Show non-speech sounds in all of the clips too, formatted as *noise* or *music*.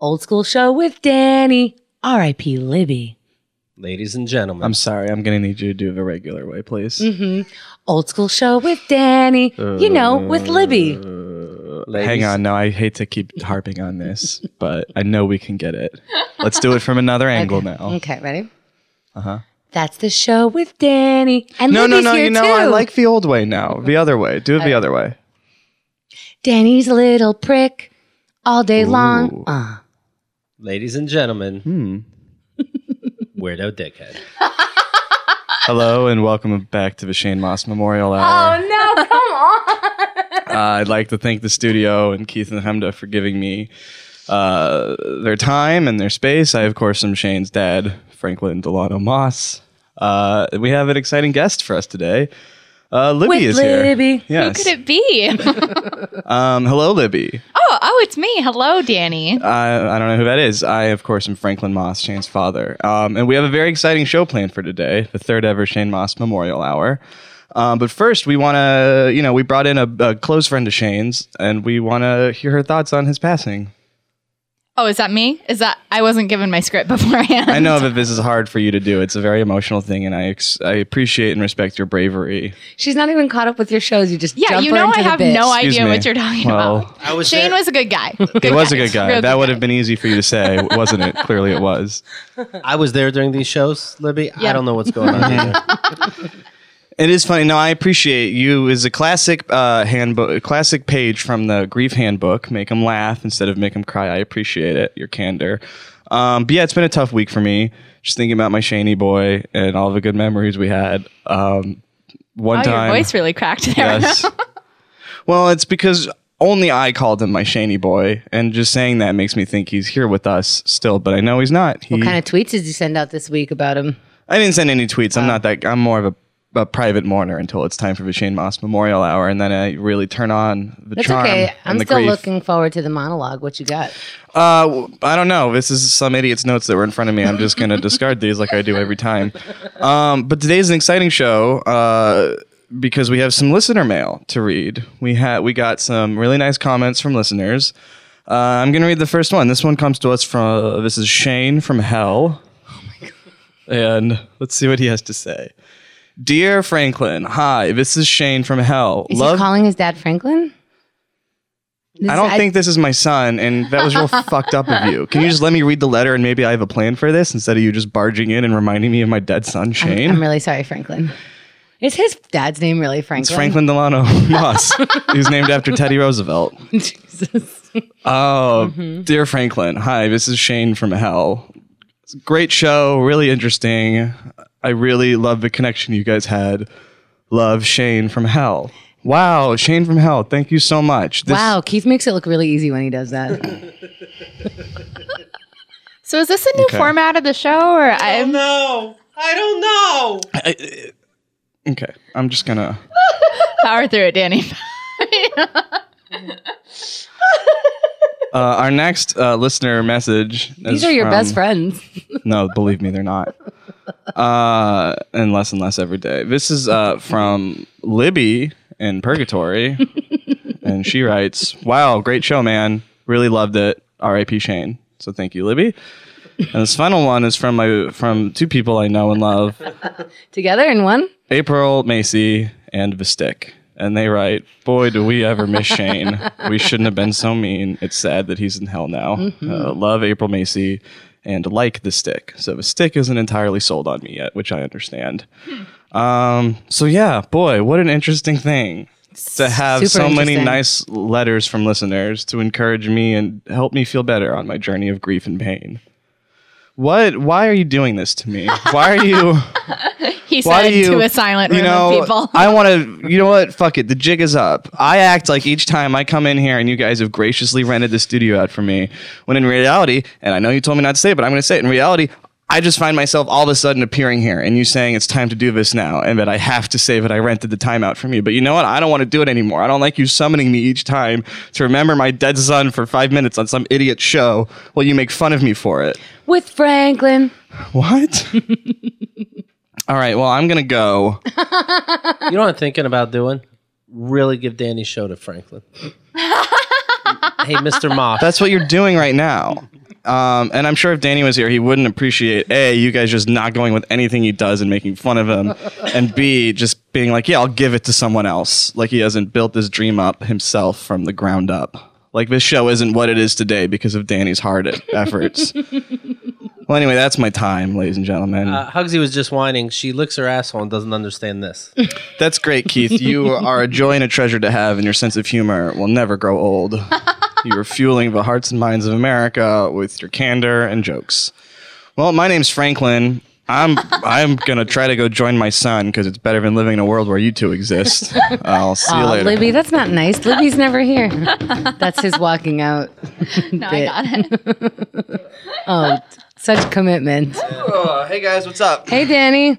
Old school show with Danny. R.I.P. Libby. Ladies and gentlemen, I'm sorry. I'm gonna need you to do it the regular way, please. hmm Old school show with Danny. you know, with Libby. Hang on. No, I hate *laughs* to keep harping on this, but I know we can get it. Let's do it from another angle now. *laughs* Okay, ready? Uh huh. That's the show with Danny. And Uh-huh. No, no, Libby's no. here You know, too. I like the old way now. The other way. Do it the other way. Danny's a little prick all day long. Ooh. Uh, Ladies and gentlemen, Hmm. *laughs* weirdo dickhead. Hello and welcome back to the Shane Moss Memorial Hour. oh no, come on. Uh, I'd like to thank the studio and Keith and Hemda for giving me uh, their time and their space. I, of course, am Shane's dad, Franklin Delano Moss. Uh, we have an exciting guest for us today. Uh, Libby With is Libby. here. Yes. Who could it be? *laughs* Um, hello, Libby. oh, oh, it's me. Hello, Danny. I, I don't know who that is. I, of course, am Franklin Moss, Shane's father. Um, and we have a very exciting show planned for today, the third ever Shane Moss Memorial Hour. Um, but first, we want to, you know, we brought in a, a close friend of Shane's, and we want to hear her thoughts on his passing. Oh, is that me? Is that I wasn't given my script *laughs* beforehand? I know that this is hard for you to do. It's a very emotional thing, and I, ex- I appreciate and respect your bravery. She's not even caught up with your shows. You just Yeah, jump you her know into I the have bitch. no Excuse idea me. what you're talking Well, about. I was Shane there- was a *laughs* good guy. It was a good guy. That would have been. been easy for you to say, wasn't it? Clearly, it was. I was there during these shows, Libby. I Yeah. don't know what's going *laughs* on here. It is funny. No, I appreciate you. Is a classic uh, handbook, classic page from the grief handbook. Make them laugh instead of make them cry. I appreciate it. Your candor. Um, but yeah, it's been a tough week for me. Just thinking about my Shaney boy and all the good memories we had. Um, one Oh, time, your voice really cracked there. Yes. well, it's because only I called him my Shaney boy, and just saying that makes me think he's here with us still. But I know he's not. He, What kind of tweets did you send out this week about him? I didn't send any tweets. Oh. I'm not that. I'm more of a, a private mourner until it's time for the Shane Moss Memorial Hour, and then I really turn on the That's charm okay. I'm and the still grief. looking forward to the monologue. What you got? Uh, w- I don't know. This is some idiot's notes that were in front of me. I'm just gonna discard these like I do every time. Um, but today's an exciting show uh, because we have some listener mail to read. We had we got some really nice comments from listeners. Uh, I'm gonna read the first one. This one comes to us from this is Shane from Hell. And let's see what he has to say. Dear Franklin, hi, this is Shane from Hell. Is he calling his dad Franklin? This- I don't think this is my son, and that *laughs* was real fucked up of you. Can you just let me read the letter and maybe I have a plan for this instead of you just barging in and reminding me of my dead son, Shane? I'm really sorry, Franklin. Is his dad's name really Franklin? it's *laughs* Franklin Delano Moss, who's named after Teddy Roosevelt. Jesus. Oh, Mm-hmm. dear Franklin. Hi, this is Shane from Hell. It's a great show, really interesting. I really love the connection you guys had. Love Shane from Hell. Wow, Shane from Hell. Thank you so much. This- Wow, Keith makes it look really easy when he does *laughs* that. So is this a new Okay. format of the show, or I'm Oh, no, I don't know. Okay, I'm just gonna. *laughs* power through it, Danny? *laughs* Uh, our next uh, listener message. These are your best friends. No, believe me, *laughs* they're not. Uh, and less and less every day. This is uh, from Libby in Purgatory. *laughs* and she writes Wow, great show, man. Really loved it. R.I.P. Shane. So thank you, Libby. And this final one is from my from two people I know and love, Together in one? April Macy and The Stick. And they write, Boy, do we ever miss Shane. We shouldn't have been so mean. It's sad that he's in hell now. Mm-hmm. Uh, love April Macy and like The Stick. So The Stick isn't entirely sold on me yet, which I understand. Hmm. Um, so, yeah, boy, what an interesting thing to have Super so many interesting. nice letters from listeners to encourage me and help me feel better on my journey of grief and pain. What? Why are you doing this to me? Why are you? He Why said do you- to a silent you room know, of people. *laughs* I want to, you know what? Fuck it. The jig is up. I act like each time I come in here and you guys have graciously rented the studio out for me. When in reality, and I know you told me not to say it, but I'm going to say it. In reality, I just find myself all of a sudden appearing here and you saying it's time to do this now and that I have to say that I rented the time out from you. But you know what? I don't want to do it anymore. I don't like you summoning me each time to remember my dead son for five minutes on some idiot show while you make fun of me for it. With Franklin. What? *laughs* all right. Well, I'm going to go. You know what I'm thinking about doing? Really give Danny's *laughs* show to Franklin. hey, Mr. Moss. That's what you're doing right now. Um, and I'm sure if Danny was here, he wouldn't appreciate a you guys just not going with anything he does and making fun of him, and b just being like, yeah, I'll give it to someone else. Like he hasn't built this dream up himself from the ground up. Like this show isn't what it is today because of Danny's hard e- efforts. well, anyway, that's my time, ladies and gentlemen. Uh, Hugsy was just whining. She licks her asshole and doesn't understand this. that's great, Keith. *laughs* You are a joy and a treasure to have, and your sense of humor will never grow *laughs* old. you are fueling the hearts and minds of America with your candor and jokes. Well, my name's Franklin. I'm *laughs* I'm gonna try to go join my son because it's better than living in a world where you two exist. *laughs* I'll see you Aw, later. Libby, that's not nice. Libby's never here. *laughs* That's his walking out. *laughs* No, I got it. Oh, such commitment. hey guys, what's up? Hey, Danny.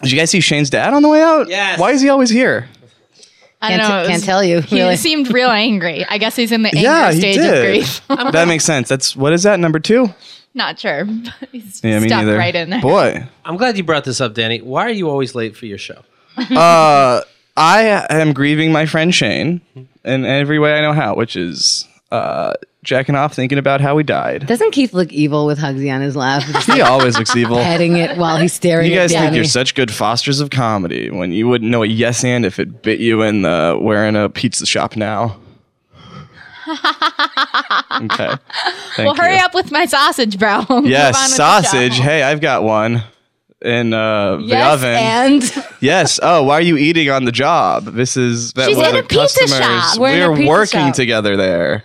Did you guys see Shane's dad on the way out? Yes. Why is he always here? I Can't, don't know. it can't was- tell you. He really. seemed real angry. I guess he's in the *laughs* anger yeah, he stage did. of grief. *laughs* that makes sense. That's what is that number two? Not sure. But he's Yeah, me stuck neither. right in there. *laughs* Boy, I'm glad you brought this up, Danny. Why are you always late for your show? I am grieving my friend Shane in every way I know how, which is uh, jacking off thinking about how he died. Doesn't Keith look evil with Hugsy on his lap, *laughs* just He always looks evil. petting it while he's staring You guys at think Danny? you're such good fosters of comedy when you wouldn't know a yes and if it bit you in the wearing a pizza shop *laughs* now. okay. Thank Well, hurry you. up with my sausage, bro. *laughs* Move on with Yes, the sausage. show. Hey, I've got one in uh, the yes, oven. and *laughs* Yes. Oh, why are you eating on the job? This is that She's was in a pizza customer's. shop. We're in a We're, pizza working shop. together there.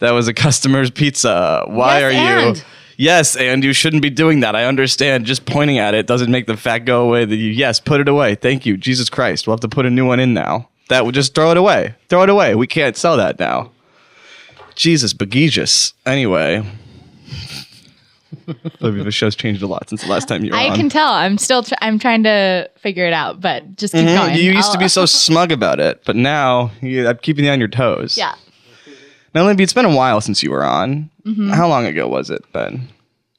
That was a customer's pizza. Why Yes, are you? and. Yes, and you shouldn't be doing that. I understand. Just pointing at it doesn't make the fact go away. That you yes, put it away. Thank you, Jesus Christ. We'll have to put a new one in now. That would just throw it away. Throw it away. We can't sell that now. Jesus, begegious. Anyway, *laughs* Olivia, the show's changed a lot since the last time you were I on. can tell. I'm still. Tr- I'm trying to figure it out, but just keep Mhm. going. Uh, You used I'll- to be *laughs* so smug about it, but now you, I'm keeping you on your toes. Yeah. Now, Libby, it's been a while since you were on. Mm-hmm. How long ago was it, Ben?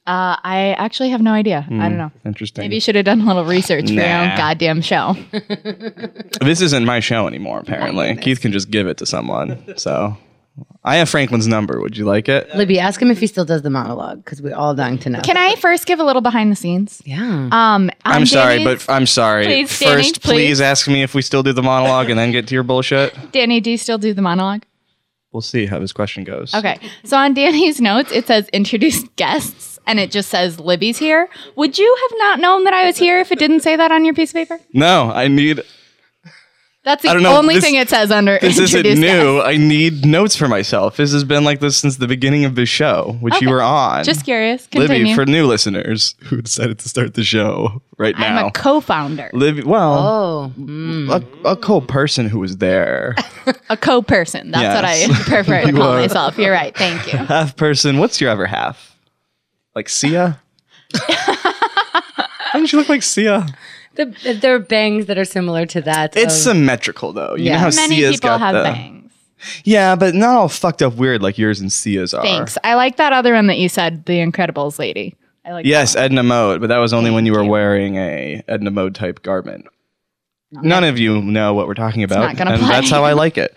Uh, I actually have no idea. I don't know. Interesting. Maybe you should have done a little research for your Mm. Nah. own goddamn show. *laughs* this isn't my show anymore, Oh, apparently. Keith can just give it to someone. So I have Franklin's number. Would you like it? Libby, ask him if he still does the monologue because we're all dying to know. Can I first give a little behind the scenes? yeah. Um, I'm on sorry, Danny's- but I'm sorry. Please, First, Danny, please. please. ask me if we still do the monologue and then get to your bullshit. *laughs* Danny, do you still do the monologue? We'll see how this question goes. Okay. So on Danny's notes, it says introduce guests, and it just says Libby's here. Would you have not known that I was here if it didn't say that on your piece of paper? No, I need. That's the I don't know, only this- thing it says under This isn't introduce guests. new. I need notes for myself. This has been like this since the beginning of the show, which you Okay. were on. Just curious. Continue. Mm. Libby, for new listeners who decided to start the show right I'm now. a co-founder, Libby, well, Oh, mm. a, a cool person who was *laughs* there. a co-person. That's Yes. what I *laughs* prefer to You call are. myself. You're right. Thank *laughs* you. half person. What's your other half? Like *laughs* Sia? Why doesn't she look like Sia? the, there are bangs that are similar to that. It's of- symmetrical though. You Yeah. know how Oh. Many Sia's people got have the bangs. yeah, but not all fucked up weird like yours and Sia's are. Thanks. I like that other one that you said, the Incredibles lady. I like. Yes, Edna Mode, but that was only when you were wearing a Edna Mode type garment. None of you know what we're talking about, not gonna and play. that's how I like it.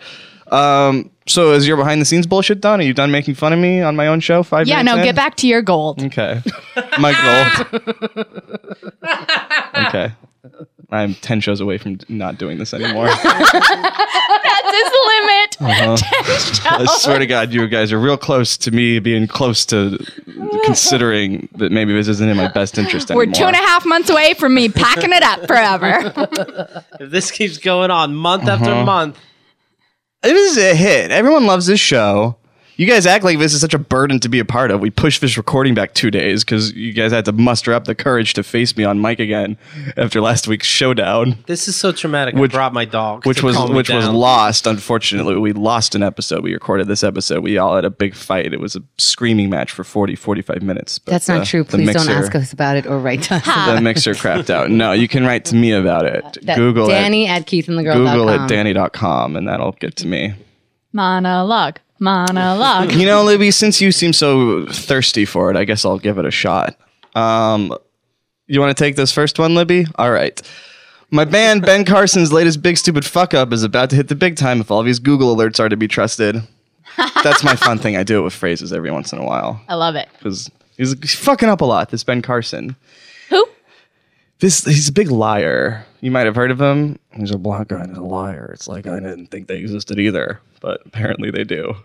Um, so, is your behind the scenes bullshit done? Are you done making fun of me on my own show? Five Yeah. minutes. No. in? Get back to your gold. Okay. My goal. *laughs* okay. I'm 10 shows away from not doing this *laughs* anymore. Uh, That's *laughs* his limit. I swear to God, you guys are real close to me being close to considering that maybe this isn't in my best interest anymore. We're two and a half months away from me packing it *laughs* up forever. If this keeps going on Uh-huh. month after month, This is a hit. Everyone loves this show. You guys act like this is such a burden to be a part of. We pushed this recording back two days because you guys had to muster up the courage to face me on mic again after last week's showdown. this is so traumatic. Which- I brought my dog, which to was calm me which was down. lost unfortunately we lost an episode we recorded this episode we all had a big fight it was a screaming match for 40 45 minutes but, that's uh, not true. the Please don't mixer- ask us about it or write to us. *laughs* the mixer crapped out no you can write to me about it That- google Danny at it keithandthegirl.com. google it danny.com and that'll get to me monologue. *laughs* Monologue. you know libby since you seem so thirsty for it i guess i'll give it a shot um you want to take this first one libby all right My band, Ben Carson's latest big stupid fuck up, is about to hit the big time if all these Google alerts are to be trusted. That's my fun thing. I do it with phrases every once in a while I love it. because he's he's fucking up a lot. This Ben Carson. Who? This he's a big liar. You might have heard of him. He's a black guy and he's a liar. It's like I didn't think they existed either, but apparently they do.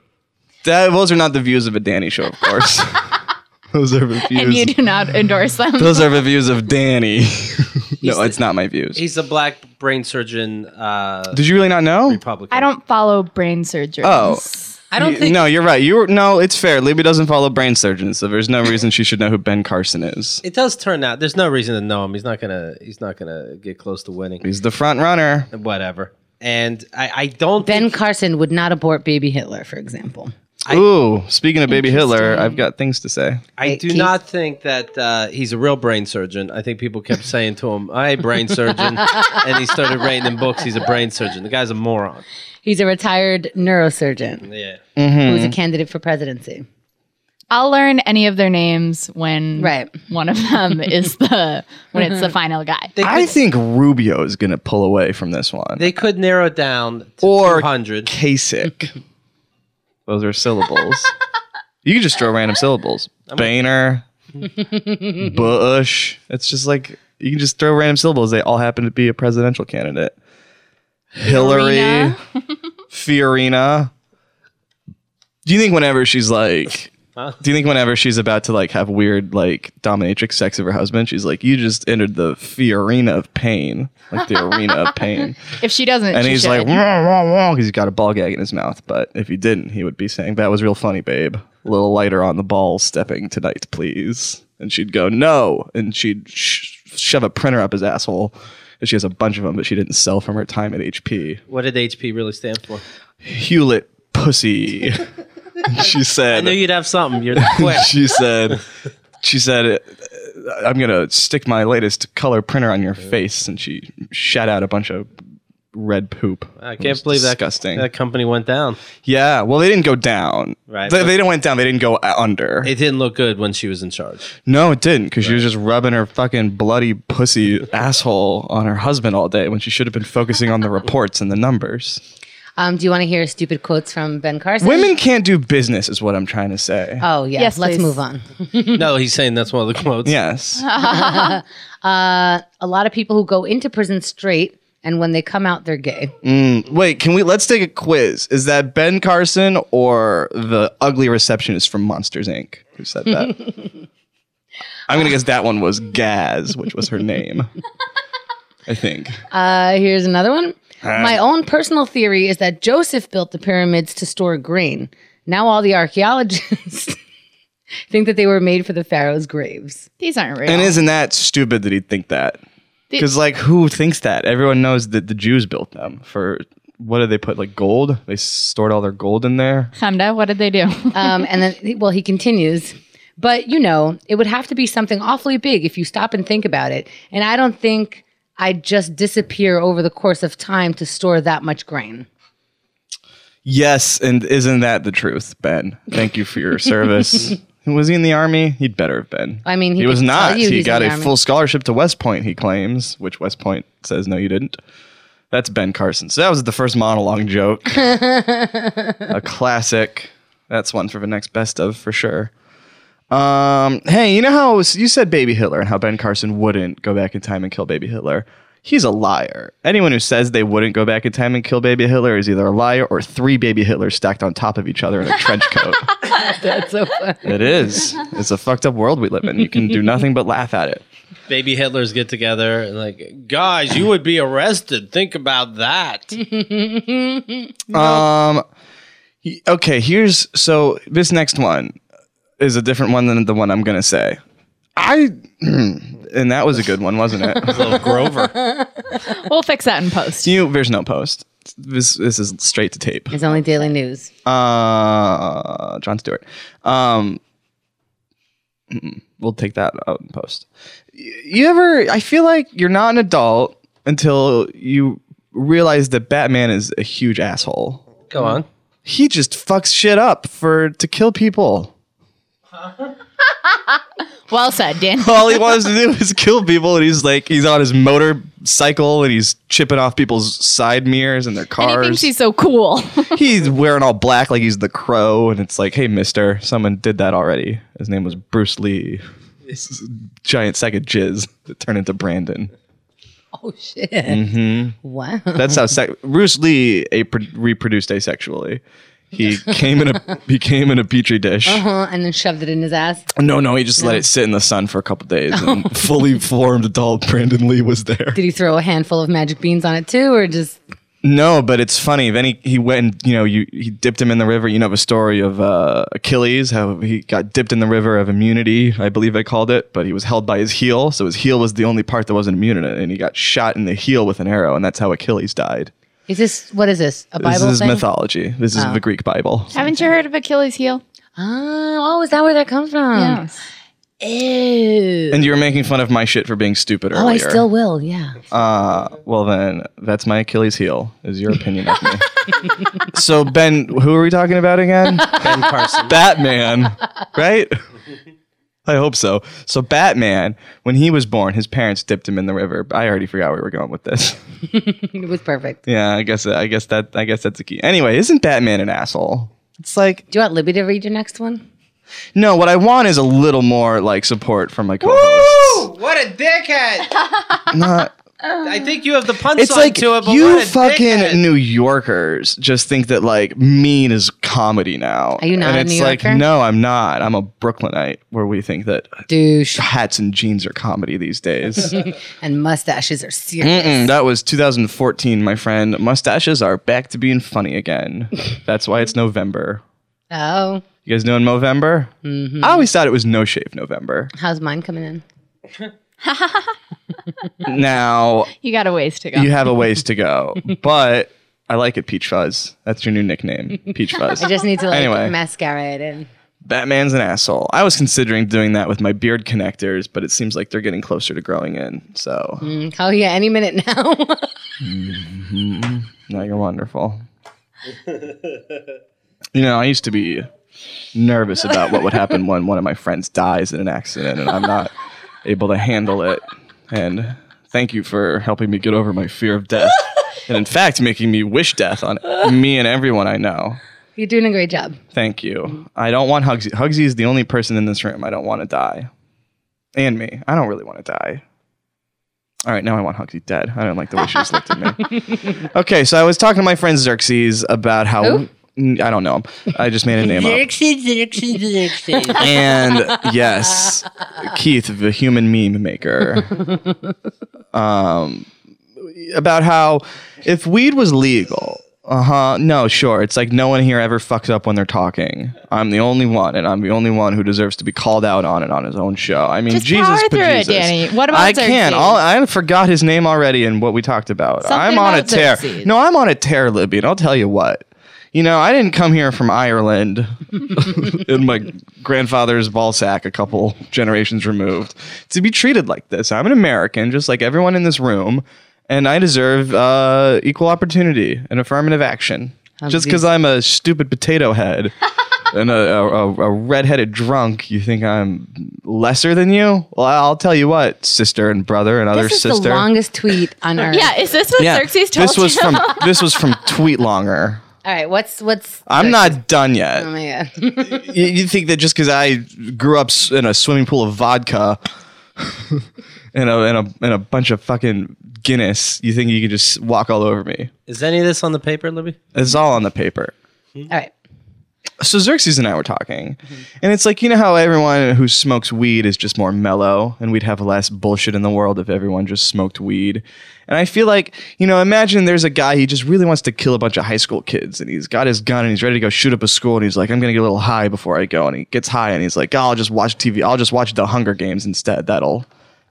That, those are not the views of a Danny show, of course. *laughs* those are the views. And you do not endorse them. Those are the views of Danny. *laughs* no, it's not my views. He's a black brain surgeon. Uh, Did you really not know? Republican. I don't follow brain surgery. Oh. I don't Y- think. no, you're right. You were, no, it's fair. Libby doesn't follow brain surgeons, so there's no reason she should know who Ben Carson is. It does turn out. There's no reason to know him. He's not gonna. He's not gonna get close to winning. He's the front runner. Whatever. And I, I don't. Ben think- Carson would not abort baby Hitler, for example. Ooh, speaking of baby Hitler, I've got things to say. I do Keith. not think that uh, he's a real brain surgeon. I think people kept saying to him, "I brain surgeon," *laughs* and he started writing in books. He's a brain surgeon. The guy's a moron. He's a retired neurosurgeon Yeah. who's Hmm. a candidate for presidency. I'll learn any of their names when Right. one of *laughs* them is the when it's the final guy. They could, I think Rubio is going to pull away from this one. they could narrow it down to Or- 200. Kasich. *laughs* Those are syllables. you can just throw random syllables. Boehner, Bush. It's just like you can just throw random syllables. They all happen to be a presidential candidate. Hillary, *laughs* Fiorina. Do you think whenever she's like, do you think whenever she's about to like have weird like dominatrix sex of her husband, she's like, you just entered the Fiorina of pain, like the arena of pain. If she doesn't, And she he's should. like, "Hmm." wah, wah, wah, because he's got a ball gag in his mouth. But if he didn't, he would be saying, that was real funny, babe. A little lighter on the ball stepping tonight, please. And she'd go, no. And she'd sh- shove a printer up his asshole. And she has a bunch of them that she didn't sell from her time at HP. What did HP really stand for? Hewlett pussy. *laughs* she I knew said, you'd have something. *laughs* You're quick. she said, she said, "Uh, I'm going to stick my latest color printer on your face. And she shat out a bunch of red poop. I It can't was believe that, disgusting. that company went down. Yeah, well, they didn't go down. Right, They, but- they didn't went down. They didn't go uh, under. It didn't look good when she was in *laughs* charge. no, it didn't, because she was just rubbing her fucking bloody pussy asshole on her husband all day when she should have been focusing on the reports and the numbers. Um, do you want to hear stupid quotes from Ben Carson? Women can't do business, is what I'm trying to say. Oh yeah. Yes, Let's please. move on. No, he's saying that's one of the quotes. yes. A lot of people who go into prison straight, and when they come out, they're gay. Wait, can we? Let's take a quiz. Is that Ben Carson or the ugly receptionist from Monsters Inc. who said that? I'm gonna guess that one was Gaz, which was her name. I think. Uh, here's another one. My own personal theory is that Joseph built the pyramids to store grain. Now all the archaeologists *laughs* think that they were made for the pharaoh's graves. These aren't real. And isn't that stupid that he'd think that? The- Because like, who thinks that? Everyone knows that the Jews built them for what did they put? Like gold? They stored all their gold in there. Hamda, what did they *laughs* do? Um, and then, well, he continues. But you know, it would have to be something awfully big if you stop and think about it. And I don't think I'd just disappear over the course of time to store that much grain. Yes, and isn't that the truth, Ben? Thank you for *laughs* your service. was he in the army? He'd better have been. I mean, he he, was could tell not. you He he's got in a the army. full scholarship to West Point. He claims, which West Point says no, you didn't. That's Ben Carson. So that was the first *laughs* monologue joke. a classic. That's one for the next best of for sure. Um, hey, you know how you said Baby Hitler and how Ben Carson wouldn't go back in time and kill Baby Hitler? He's a liar. Anyone who says they wouldn't go back in time and kill Baby Hitler is either a liar or three Baby Hitlers stacked on top of each other in a trench coat. *laughs* That's so funny. it is. It's a fucked up world we live in. You can do nothing but laugh at it. Baby Hitlers get together and like, guys, you would be arrested. Think about *laughs* that. Um, he- okay, here's so this next one is a different one than the one I'm gonna say. I *clears throat* and that was a good one, wasn't it? *laughs* Little Grover. we'll fix that in post. Do you? There's no post. This this is straight to tape. It's only daily news. Uh, John Stewart. Um, mm, we'll take that out in post. Y- You ever? I feel like you're not an adult until you realize that Batman is a huge asshole. Go on. he just fucks shit up for to kill people. Well said, Dan. All he wants to do is kill people, and he's like, he's on his motorcycle cycle and he's chipping off people's side mirrors and their cars. And he thinks he's so cool. *laughs* He's wearing all black like he's the crow, and it's like, hey, mister, someone did that already. His name was Bruce Lee. This giant sack of jizz that turned into Brandon. *laughs* Oh shit! Wow. That's how sex- Bruce Lee a- reproduced asexually. He came in a he came in a petri dish. Uh, and then shoved it in his ass. No, no, he just let it sit in the sun for a couple days, and *laughs* fully formed adult Brandon Lee was there. Did he throw a handful of magic beans on it too, or just No, but it's funny. Then he, he went and, you know, you, he dipped him in the river. You know the story of uh, Achilles, how he got dipped in the river of immunity, I believe they called it, but he was held by his heel. So his heel was the only part that wasn't immune in it. And he got shot in the heel with an arrow. And that's how Achilles died. is this what is this a This Bible is thing? mythology. This is the Greek Bible. Haven't you heard of Achilles' heel? Mm. oh, oh, is that where that comes from? Ew. And you were making fun of my shit for being stupid earlier. Oh, I still will. Yeah. *laughs* Uh, well, then that's my Achilles heel, is your opinion *laughs* of me. so, Ben, who are we talking about again? Ben Carson. Batman, right? I hope so. So Batman, when he was born, his parents dipped him in the river. I already forgot where we were going with this. *laughs* it was perfect. Yeah, I guess I guess that I guess that's the key. Anyway, isn't Batman an asshole? It's like Do you want Libby to read your next one? no. What I want is a little more like support from my co-hosts. What a dickhead! *laughs* Not I think you have the punchline it's like to it, but you what a fucking dickhead. New Yorkers just think that like mean is comedy now. Are you not And a it's New like Yorker? no, I'm not. I'm a Brooklynite where we think that Douche hats and jeans are comedy these days. and mustaches are serious. Mm-mm, that was 2014, my friend. Mustaches are back to being funny *laughs* again. That's why it's November. Oh, You guys know in November? Mm-hmm. I always thought it was no *laughs* shave November. how's mine coming in? Now You got a ways to go. you have a ways to go, but I like it, Peach Fuzz. That's your new nickname, *laughs* Peach Fuzz. I just need to like Anyway. mascara it in. Batman's an asshole. I was considering doing that with my beard connectors, but it seems like they're getting closer to growing in. So Mm, Oh yeah, any minute now. *laughs* No, you're wonderful. you know, I used to be nervous about what would happen when one of my friends dies in an accident and I'm not able to handle it. And thank you for helping me get over my fear of death. And in fact, making me wish death on me and everyone I know. You're doing a great job. Thank you. I don't want Hugsy. Hugsy is the only person in this room I don't want to die. And me. I don't really want to die. All right, now I want Hugsy dead. I don't like the way she just looked at me. *laughs* Okay, so I was talking to my friend Xerxes about how. Who? N- I don't know him. I just made a name up. Xerxes, Xerxes, Xerxes. *laughs* And yes, Keith, the human meme *laughs* maker. Um, about how if weed was legal, uh huh, no, sure. It's like no one here ever fucks up when they're talking. I'm the only one, and I'm the only one who deserves to be called out on it on his own show. I mean, Just Jesus, power through bejesus. it, Danny. What about I can. Xerxes? All, I forgot his name already and what we talked about. I'm on a about tear. Xerxes. No, I'm on a tear, Libby, and I'll tell you what. You know, I didn't come here from Ireland in my grandfather's ball sack a couple generations removed to be treated like this. I'm an American, just like everyone in this room, and I deserve uh, equal opportunity and affirmative action. Just because I'm a stupid potato head and a, a, a, a redheaded drunk, you think I'm lesser than you? Well, I'll tell you what, sister and brother and other This is sister. the longest tweet on earth. yeah, is this what Yeah, Xerxes told this was you? from this was from Tweetlonger. All right. What's what's? I'm not done yet. *laughs* Oh my god. *laughs* you, you think that just because I grew up s- in a swimming pool of vodka *laughs* and a and a and a bunch of fucking Guinness, you think you can just walk all over me? Is any of this on the paper, Libby? It's all on the paper. All right. So Xerxes and I were talking, and it's like you know how everyone who smokes weed is just more mellow, and we'd have less bullshit in the world if everyone just smoked weed. And I feel like you know, imagine there's a guy he just really wants to kill a bunch of high school kids, and he's got his gun and he's ready to go shoot up a school, and he's like, I'm gonna get a little high before I go, and he gets high and he's like, oh, I'll just watch TV, I'll just watch The Hunger Games instead. That'll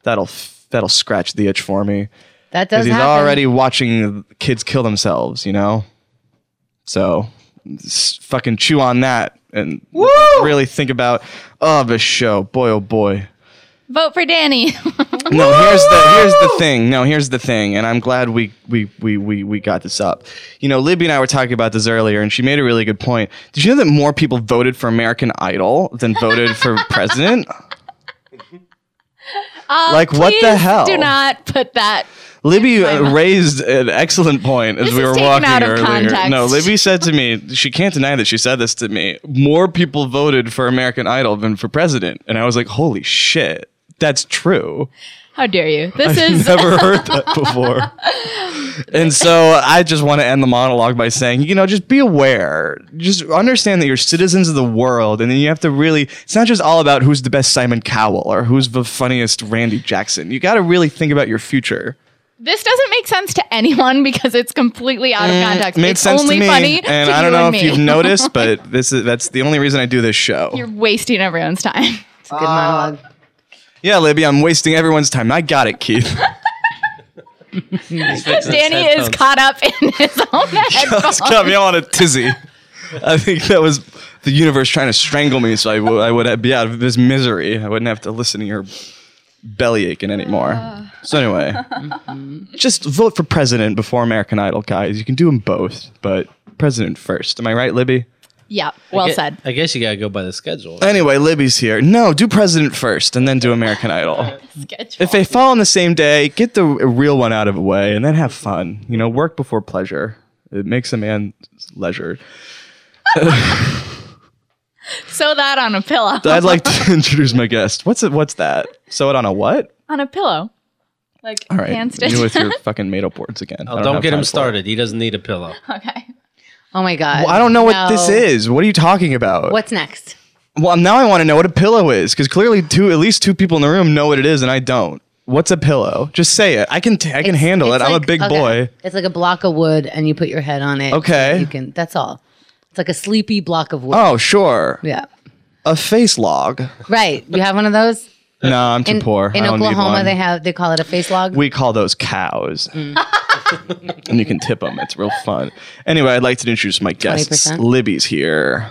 that'll f- that'll scratch the itch for me That because does he's happen. already watching kids kill themselves, you know. So, s- fucking chew on that and really think about oh this show, boy oh boy. *laughs* Vote *laughs* for Danny. Uh, No, here's the here's the thing. No, here's the thing, and I'm glad we we we we we got this up. You know, Libby and I were talking about this earlier, and she made a really good point. Did you know that more people *laughs* voted for American Idol than voted for president? Uh, Like, what the please hell? Do not put that. Libby uh, raised an excellent point as This we is were taken walking out of earlier. context. No, Libby said to me, she can't deny that she said this to me. More people voted for American Idol than for president, and I was like, holy shit, that's true. How dare you? *laughs* *laughs* This is Never heard *laughs* that before. and so I just want to end the monologue by saying, you know, just be aware, just understand that you're citizens of the world, and then you have to really. It's not just all about who's the best Simon Cowell or who's the funniest Randy Jackson. You got to really think about your future. this doesn't make sense to anyone because it's completely out of context. Mm, made it's sense only to me, funny and to I you don't know and if me. you've noticed, but this is that's the only reason I do this show. *laughs* You're wasting everyone's time. It's a good monologue. yeah, Libby, I'm wasting everyone's time. I got it, Keith. *laughs* Danny is headphones. caught up in his *laughs* own That's headphones. got me all in a tizzy. I think that was the universe trying to strangle me, so I, w- I would be out of this misery. I wouldn't have to listen to your belly aching anymore. Ah. So anyway, Mm-hmm. just vote for president before American Idol, guys. You can do them both, but president first. Am I right, Libby? Yeah, well said. I guess you gotta go by the schedule. Anyway, Libby's here. No, do president first, and then do American Idol. Schedule. If they fall on the same day, get the real one out of the way and then have fun. You know, work before pleasure. It makes a man leisure. Sew that on a pillow. I'd like to *laughs* introduce my guest. What's it? What's that? Sew it on a what? on a pillow. Like All right, hand you stitch. *laughs* with your fucking made up words again. I Oh, don't, have get time him for it. started. He doesn't need a *laughs* pillow. *laughs* okay. Oh my god. Well, I don't know what this No. is. What are you talking about? What's next? Well, now I want to know what a pillow is because clearly two, at least two people in the room know what it is, and I don't. What's a pillow? Just say it. I can. T- I can handle it. It's I'm a like- big okay. boy. It's like a block of wood, and you put your head on it. Okay. You can. That's all. It's like a sleepy block of wood. Oh, sure. Yeah. A face log. Right. You have one of those No, I'm too in poor. in I don't need Oklahoma. one. They have they call it a face log. we call those cows. *laughs* and you can tip them. It's real fun. Anyway, I'd like to introduce my guests. 20%? Libby's here.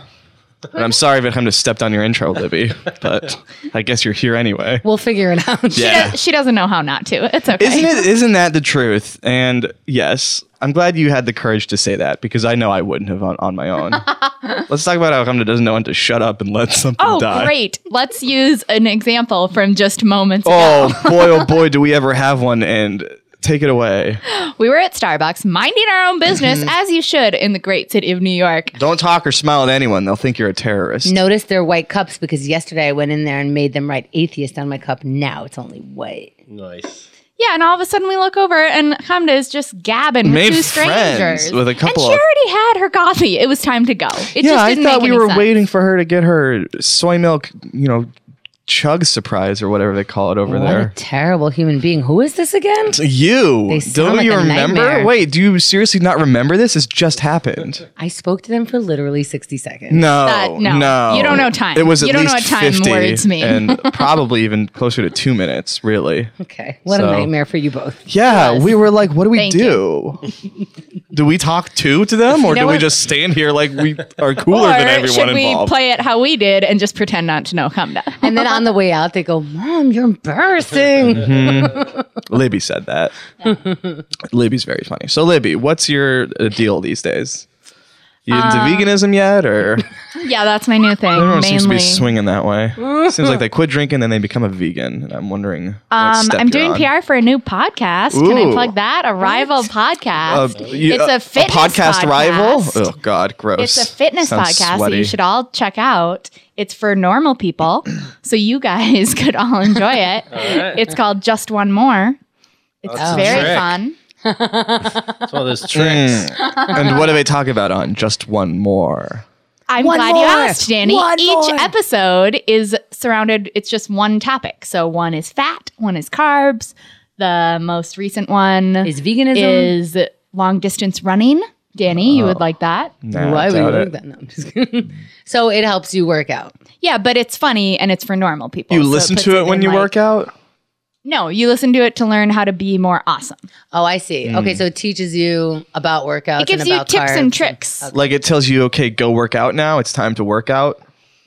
And I'm sorry if I kind of stepped on your intro, Libby, but I guess you're here anyway. we'll figure it out. Yeah. She, does, she doesn't know how not to. It's okay. Isn't it isn't that the truth? And yes, I'm glad you had the courage to say that because I know I wouldn't have on, on my *laughs* own. Let's talk about how come it doesn't know when to shut up and let something Oh, die. great. Let's use an example from just moments ago. Oh boy, oh boy, *laughs* do we ever have one and take it away. We were at Starbucks minding our own business, Mm-hmm. as you should, in the great city of New York. Don't talk or smile at anyone. They'll think you're a *laughs* terrorist. Notice their white cups because yesterday I went in there and made them write atheist on my cup. Now it's only white. Nice. Yeah, and all of a sudden we look over and Hamda is just gabbing Made with two friends strangers. with a couple and she of- already had her coffee. It was time to go. It yeah, just I didn't thought make we any were sense. waiting for her to get her soy milk, you know, chug surprise or whatever they call it over What a there. terrible human being. Who is this again? You They sound don't like you a remember? nightmare. Wait, do you seriously not remember this? This just happened. I spoke to them for literally 60 seconds. No, That- Uh, no. You don't know time. It was at You don't know least what time 50 words mean. *laughs* and probably even closer to two minutes. Really? Okay. What So- a nightmare for you both. *laughs* Yeah, we were like, what do we Thank do? do we talk two to them, or know do we what- just stand here like we are cooler than Or everyone should we involved? play it how we did and just pretend not to *laughs* know Hamda? And then on the way out, they go, Mom, you're *laughs* embarrassing. Libby said that. Libby's very funny. So Libby, what's your uh, deal these days? You into Um, veganism yet, or yeah, that's my new thing. everyone mainly. seems to be swinging that way? seems like they quit drinking, then they become a vegan, and I'm wondering. What Um, step I'm you're doing on. PR for a new podcast. Can I Ooh. plug that? A rival Uh, podcast. you- it's a fitness podcast, rival. podcast. Oh God, gross! It's a fitness Sounds podcast that sweaty. you should all check out. It's for normal people, so you guys *laughs* could all enjoy it. *laughs* right. It's called Just One More. It's That's a very trick. fun. That's all *laughs* those *laughs* tricks. Hmm. and what do they talk about on just one more? I'm One glad you more. asked, Danny. One Each more. episode is surrounded, it's just one topic. So one is fat, one is carbs. The most recent one is veganism? is long distance running. Danny, you Oh. would like that. Nah, Why would you doubt like it. that? No, I'm just kidding. *laughs* so it helps you work out. Yeah, but it's funny and it's for normal people. You So listen puts to it when in, you like- work out. No, you listen to it to learn how to be more awesome. Oh, I see. Okay, Mm. so it teaches you about workouts. It gives and you about tips carbs. and tricks. Like it tells you, okay, go work out now. It's time to work out.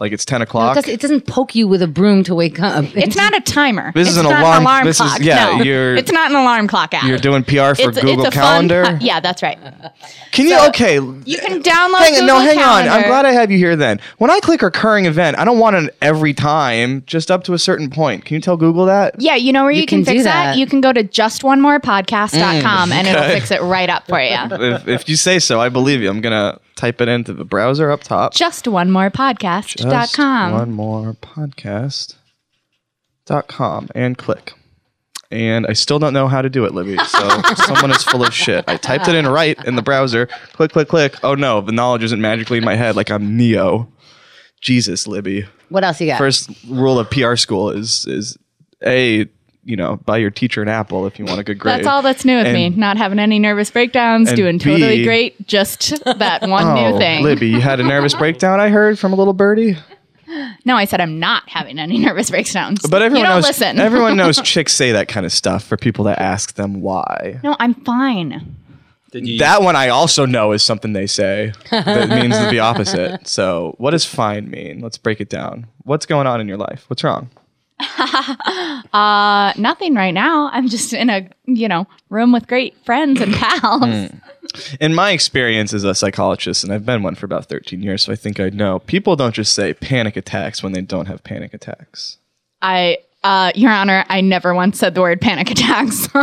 Like it's ten It o'clock. doesn't, it doesn't poke you with a broom to wake up. *laughs* It's not a timer. This it's is an not alarm- An alarm this is- clock. yeah, no. you're- It's not an alarm clock app. You're doing PR for it's, it's Google a fun Calendar. ti- yeah, that's right. Can you? So- okay. You can download. Hang on, no, Google hang on. I'm Calendar. glad I have you here. Then, when I click recurring event, I don't want it every time. Just up to a certain point. Can you tell Google that? Yeah, you know where you, can, can do fix that? that. You can go to Mm. justonemorepodcast.com and it'll fix it right up *laughs* for you. if, if you say so, I believe you. I'm gonna type it into the browser up top. Just Justonemorepodcast.com. One more podcast. Dot com and click. And I still don't know how to do it, Libby. *laughs* So someone is full of shit. I typed it in right in the browser. Click, click, click. Oh no, the knowledge isn't magically in my head like I'm Neo. Jesus, Libby. What else you got? First rule of PR school is is a you know buy your teacher an apple if you want a good grade. That's all that's new with And- me. Not having any nervous breakdowns, and doing B- totally *laughs* great. Just that one Oh, new thing. Libby, you had a nervous breakdown. I heard from a little birdie. No, I said I'm not having any *laughs* nervous breakdowns. But everyone you don't knows. listen. *laughs* Everyone knows chicks say that kind of stuff for people to ask them why. no, I'm fine. Did you That one I also know is something they say that means the *laughs* opposite. So, what does fine mean? Let's break it down. What's going on in your life? What's wrong? Uh, nothing right now. I'm just in a you know room with great friends and pals. Hmm. In my experience as a psychologist, and I've been one for about 13 years, so I think I know, people don't just say panic attacks when they don't have panic attacks. I, uh, Your Honor, I never once said the word panic attacks. *laughs*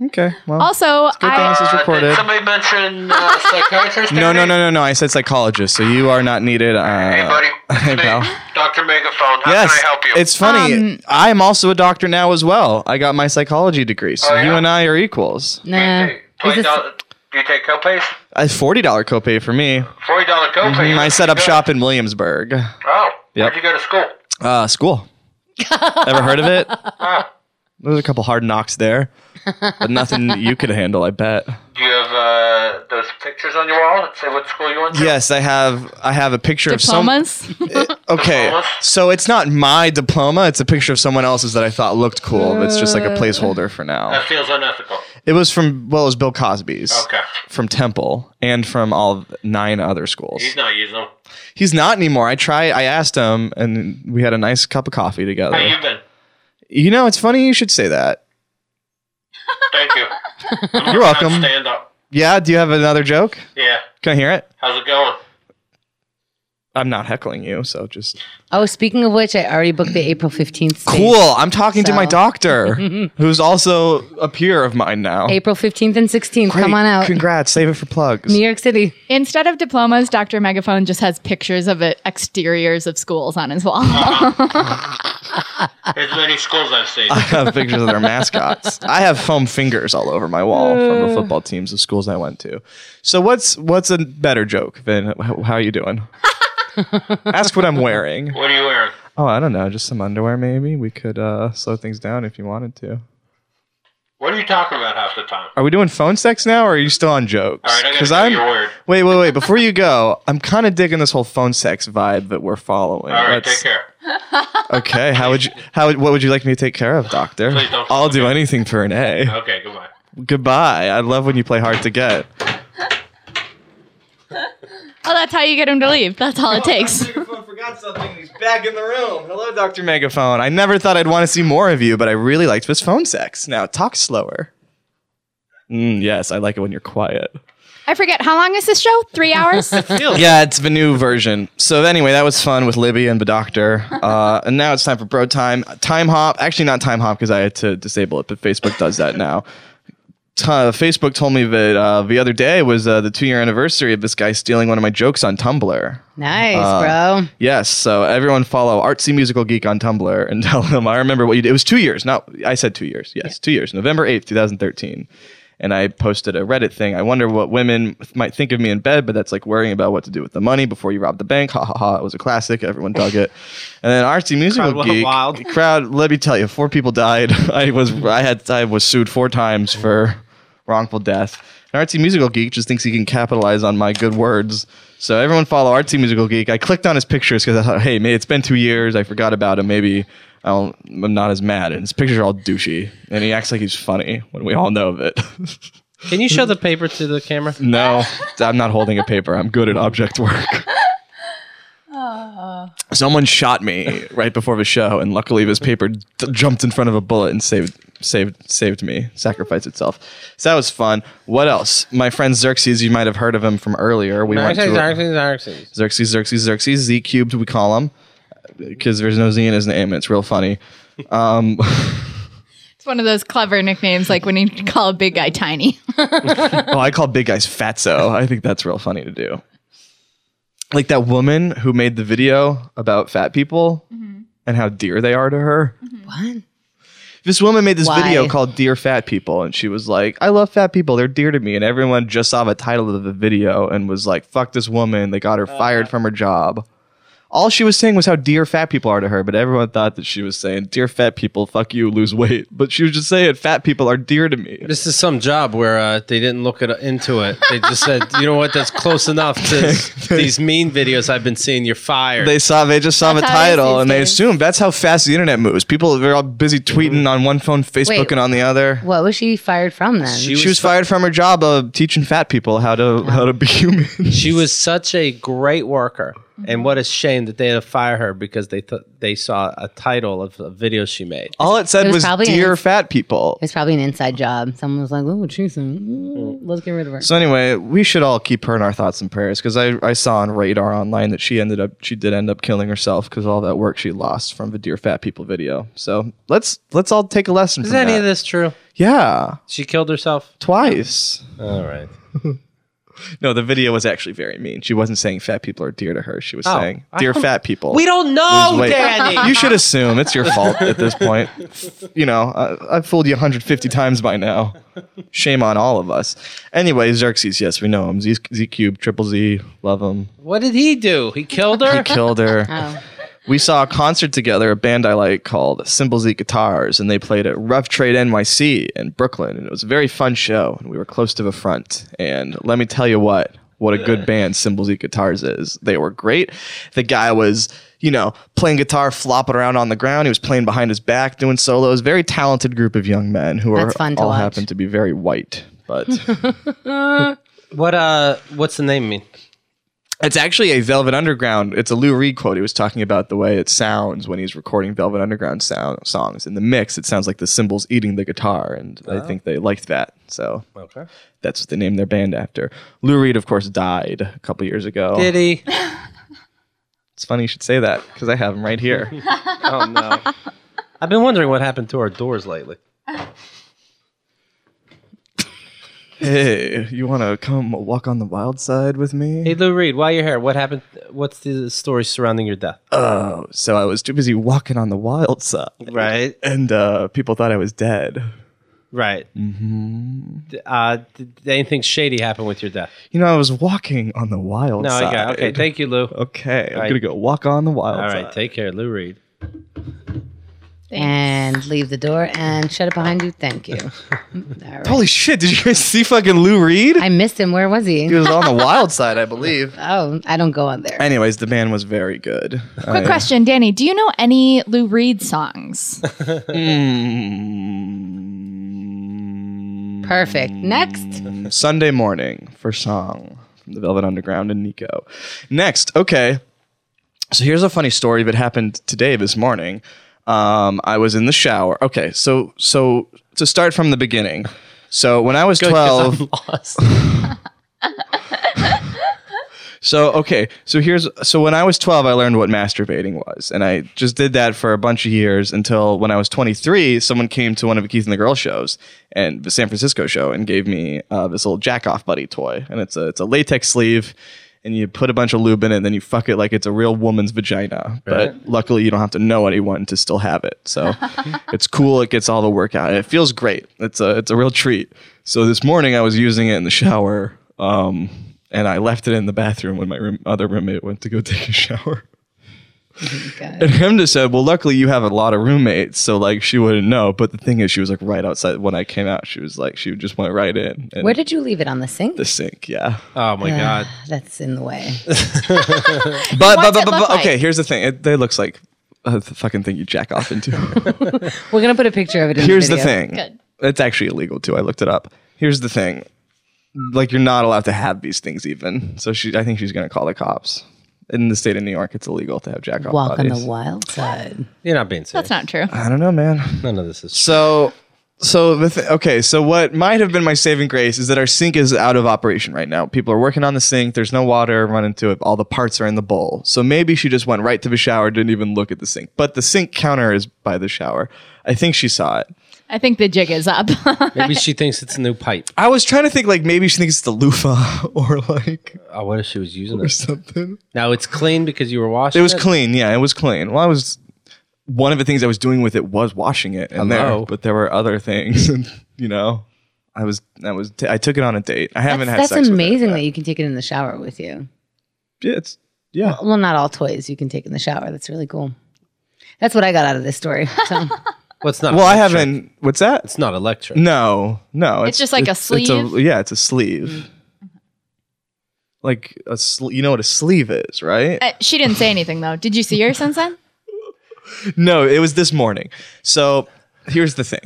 Okay. Well, also, good thing I, this is recorded. Uh, Somebody mentioned uh, psychiatrist. *laughs* No, no, Andy? no, no, no. I said psychologist, so you are not needed. Uh, Hey, buddy. Hey, It's me, pal. Dr. Megaphone. How yes, can I help you? it's funny. Um, I'm also a doctor now as well. I got my psychology degree, so Oh, yeah? you and I are equals. nah. Hey, Is $20, this- Do you take copays? A forty dollar copay for me. $40 copay. And Mm, I set up Good. Mm-hmm. shop in Williamsburg. Oh, Yep. where'd you go to school? Uh, school. Ever heard of it? *laughs* Ah. There's a couple hard knocks there, but nothing you could handle. I bet. Do you have uh, those pictures on your wall that say what school you went to? Yes, I have. I have a picture of diplomas. some. Okay, Diplomas? so it's not my diploma. It's a picture of someone else's that I thought looked cool. It's just like a placeholder for now. That feels unethical. It was from well, it was Bill Cosby's. Okay. From Temple and from all nine other schools. He's not using them. He's not anymore. I try. I asked him, and we had a nice cup of coffee together. How you been? You know, it's funny you should say that. Thank *laughs* you. You're welcome. Stand up. Yeah. Do you have another joke? Yeah. Can I hear it? How's it going? I'm not heckling you, so just Oh, speaking of which, I already booked the April 15th. space. cool. I'm talking to my So- *laughs* doctor, who's also a peer of mine now. April 15th and 16th. Great. Come on out. Congrats. Save it for plugs. New York City. Instead of diplomas, Dr. Megaphone just has pictures of it, exteriors of schools on his wall. *laughs* There's many schools *laughs* I've *laughs* seen. I have pictures of their mascots. I have foam fingers all over my wall *laughs* from the football teams of schools I went to. So what's what's a better joke than "How- how are *laughs* you doing? Ask what I'm wearing. What are you wearing? Oh, I don't know, just some underwear maybe. We could uh, slow things down if you wanted to. What are you talking about half the time? Are we doing phone sex now, or are you still on jokes? All right, I gotta give you your word. wait, wait, wait. Before you go, I'm kind of digging this whole phone sex vibe that we're following. All right, Let's- take care. Okay, how would you how would, what would you like me to take care of, doctor? Please don't- I'll do anything for an A. Okay, goodbye. Goodbye. I love when you play hard to get. oh, that's how you get him to leave. That's all it takes. Megaphone forgot something. He's back in the room. Hello, Doctor Megaphone. I never thought I'd want to see more of you, but I really liked this phone sex. Now talk slower. Mm, yes, I like it when you're quiet. I forget, how long is this show? *laughs* Three hours? yeah, it's the new version. So anyway, that was fun with Libby and the doctor. Uh, and now it's time for bro time. Time hop. Actually, not time hop because I had to disable it, but Facebook does that now. T- uh, Facebook told me that uh, the other day was uh, the two year anniversary of this guy stealing one of my jokes on Tumblr. Nice, bro. Yes, so everyone follow Artsy Musical Geek on Tumblr and *laughs* tell them I remember what you did. It was two years, not I said two years. Yes, two years. November eighth, two thousand thirteen, and I posted a Reddit thing. I wonder what women might think of me in bed, but that's like worrying about what to do with the money before you rob the bank. Ha ha ha! It was a classic. Everyone dug it. And then Artsy Musical Crowd went Geek wild. *laughs* crowd. Let me tell you, four people died. *laughs* I was I had I was sued four times for wrongful death. An artsy musical geek just thinks he can capitalize on my good words. So everyone follow artsy musical geek. I clicked on his pictures because I thought, hey, man, it's been two years. I forgot about him. Maybe I'll, I'm not as mad. And his pictures are all douchey, and he acts like he's funny when we all know of it. *laughs* Can you show the paper to the camera? no, I'm not holding a paper. I'm good at object work. Someone shot me right before the show, and luckily this paper d- jumped in front of a bullet and saved saved saved me, sacrificed itself. So that was fun. What else? My friend Xerxes, you might have heard of him from earlier. We went to a- Xerxes, Xerxes, Xerxes, Z cubed, we call him because there's no Z in his name, and it's real funny. Um, It's one of those clever nicknames, like when you call a big guy tiny. *laughs* oh, I call big guys fatso. I think that's real funny to do. Like that woman who made the video about fat people and how dear they are to her. What? This woman made this Why? video called Dear Fat People, and she was like, I love fat people. They're dear to me. And everyone just saw the title of the video and was like, fuck this woman. They got her fired from her job. All she was saying was how dear fat people are to her, but everyone thought that she was saying, Dear fat people, fuck you, lose weight. But she was just saying, Fat people are dear to me. This is some job where uh, they didn't look it, into it. They just said, you know what, that's close enough *laughs* to these mean videos I've been seeing. You're fired. They saw they just saw the That's how it is title these and they days. assumed that's how fast the internet moves. People they're all busy tweeting Mm-hmm. on one phone, Facebook, Wait. and on the other. What was she fired from then? She- She was fired from her job of teaching fat people how to how to be human. she was such a great worker, and what a shame that they had to fire her because they th- they saw a title of a video she made. All it said It was was, probably dear an- fat people. it's probably an inside job. Someone was like, "Oh, she's a- mm, let's get rid of her." So anyway, we should all keep her in our thoughts and prayers because I, I saw on radar online that she ended up she did end up killing herself because all that work she lost from the dear fat people video. So let's let's all take a lesson Is from any that. of this true? yeah, She killed herself. twice. All right. No, the video was actually very mean. She wasn't saying fat people are dear to her. She was Oh. saying *laughs* dear fat people. We don't know, Wait, Danny. *laughs* You should assume it's your fault at this point. *laughs* You know, I, I've fooled you 150 times by now. Shame on all of us. Anyway, Xerxes, yes, we know him. Z, Z Cube, Triple Z, love him. what did he do? He killed her. He killed her. *laughs* Oh. We saw a concert together, a band I like called Symbol Z Guitars, and they played at Rough Trade NYC in Brooklyn, and it was a very fun show. And we were close to the front, and let me tell you what, what a good band Symbol Z Guitars is. They were great. The guy was, you know, playing guitar, flopping around on the ground. He was playing behind his back, doing solos. Very talented group of young men who That's are fun to all watch. happen to be very white, but. *laughs* What uh? What's the name mean? It's actually a Velvet Underground. It's a Lou Reed quote. He was talking about the way it sounds when he's recording Velvet Underground sound, songs. In the mix, it sounds like the cymbals eating the guitar, and I think they liked that. So Oh. Okay. that's what they named their band after. Lou Reed, of course, died a couple years ago. Did he? It's funny you should say that because I have him *laughs* right here. Oh no. I've been wondering what happened to our doors lately. hey, you want to come walk on the wild side with me? Hey Lou Reed, while you're here, what happened? What's the story surrounding your death? Oh, so I was too busy walking on the wild side, Right, and uh, people thought I was dead. right. Mm-hmm. Uh, did anything shady happen with your death? You know, I was walking on the wild No, side. I got okay. Thank you, Lou. Oh, All Okay, I'm right. gonna go walk on the wild side. right, take care, Lou Reed. And leave the door and shut it behind you. Thank *laughs* you. All right. Holy shit! Did you guys see fucking Lou Reed? I missed him. Where was he he? was on the wild side, I believe. *laughs* Oh, I don't go on there. Anyways, the band was very good. Quick question, Danny. Do you know any Lou Reed songs? Perfect. Next. Hmm. Mm. Sunday morning for song from the Velvet Underground and Nico. Next, okay. So here's a funny story that happened today this morning. Um, I was in the shower. Okay, so so to start from the beginning. So when I *laughs* was 12, *laughs* Lost. So okay, so here's so when I was 12, I learned what masturbating was, and I just did that for a bunch of years until when I was 23, someone came to one of the Keith and the Girl shows and the San Francisco show and gave me uh, this little jack off buddy toy, and it's a it's a latex sleeve. And you put a bunch of lube in it, and then you fuck it like it's a real woman's vagina. But luckily, you don't have to know anyone to still have it. So it's cool. It gets all the work out. and It feels great. It's a it's a real treat. So this morning, I was using it in the shower. Um, and I left it in the bathroom when my room, other roommate went to go *laughs* take a shower. And Hemda said, "Well, luckily you have a lot of roommates, so like she wouldn't know." But the thing is, she was like right outside when I came out. She was like, she just went right in and Where did you leave it on the sink? Ah, the sink. Yeah, Oh my God. That's in the way. but but what's but, but, it look but- okay. like? Here's the thing: it, they looks like a fucking thing you jack off into. We're gonna put a picture of it. in Here's the, the video. thing. Good. It's actually illegal too. I looked it up. Here's the thing. Like you're not allowed to have these things even. So she I think she's gonna call the cops. in the state of New York, it's illegal to have jack off Walk on bodies. the wild side. You're not being serious. That's *laughs* not true. I don't know, man. None of this is. So, so the th- okay. So what might have been my saving grace is that our sink is out of operation right now. People are working on the sink. There's no water running to it. All the parts are in the bowl. So maybe she just went right to the shower, didn't even look at the sink. But the sink counter is by the shower. I think she saw it. I think the jig is up. *laughs* Uh, Maybe she thinks it's a new pipe. I was trying to think like maybe she thinks it's the loofah *laughs* or like Oh, what if she was using or it? something. Now it's clean because you were washing. It was clean. Yeah, it was clean. Well, I was one of the things I was doing with it was washing it and Hello. there, but there were other things, *laughs* and you know, I was I was t- I took it on a date. I haven't That's, had that's sex with it. amazing that you can take it in the shower with you. Yeah, it's yeah. Well, not all toys you can take in the shower. That's really cool. That's what I got out of this *laughs* story. So, Well, it's not. Well, I electric. haven't. What's that? It's not *laughs* electric. No, no. It's just like a it's sleeve? Mm. yeah, it's a sleeve. Like a sl- you know what a sleeve is, right? Uh, she didn't say anything though. Did you see her since then? no, it was this morning. So here's the thing.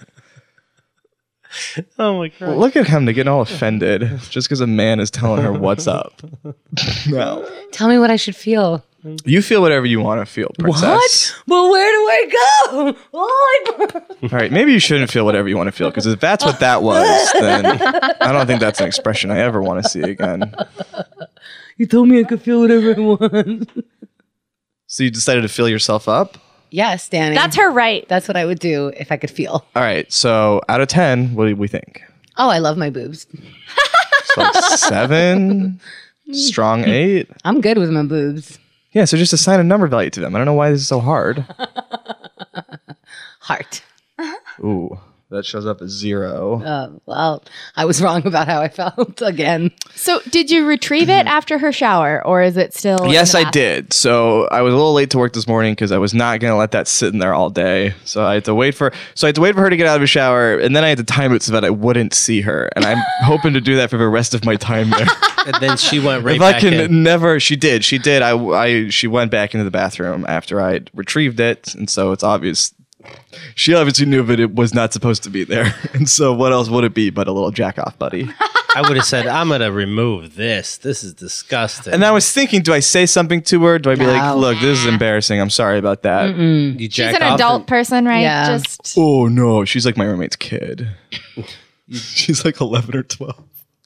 Oh my god. Look at him to get all offended just because a man is telling her what's up. *laughs* no. tell me what I should feel. You feel whatever you want to feel, princess. Well, where do I go? *laughs* Oh, I- *laughs* All right, maybe you shouldn't feel whatever you want to feel because if that's what that was, then I don't think that's an expression I ever want to see again. you told me I could feel whatever I want. So you decided to fill yourself up. Yes, Danny. That's her right. That's what I would do if I could feel. All right, so out of ten, what do we think? Oh, I love my boobs. It's like *laughs* seven, strong eight. I'm good with my boobs. Yeah, so just assign a number value to them. I don't know why this is so hard. Heart. Ooh, that shows up as zero. Oh, Uh, well, I was wrong about how I felt *laughs* again. So did you retrieve it after her shower, or is it still? in Mm-hmm. Yes, the I bath? did. So I was a little late to work this morning because I was not going to let that sit in there all day. So I had to wait for. So I had to wait for her to get out of the shower, and then I had to time it so that I wouldn't see her. *laughs* And I'm hoping to do that for the rest of my time there. And then she went right if back I can in. never, she did. She did. I, I. She went back into the bathroom after I had retrieved it, and so it's obvious. She obviously knew that it was not supposed to be there, *laughs* and so what else would it be but a little jack off buddy? I would have said, "I'm gonna remove this. This is disgusting." And I was thinking, do I say something to her? Do I be like, No. look, this is embarrassing. I'm sorry about that. you She's jack an off adult and- person, right? Yeah. Just Oh no, she's like my roommate's kid. *laughs* she's like eleven or twelve.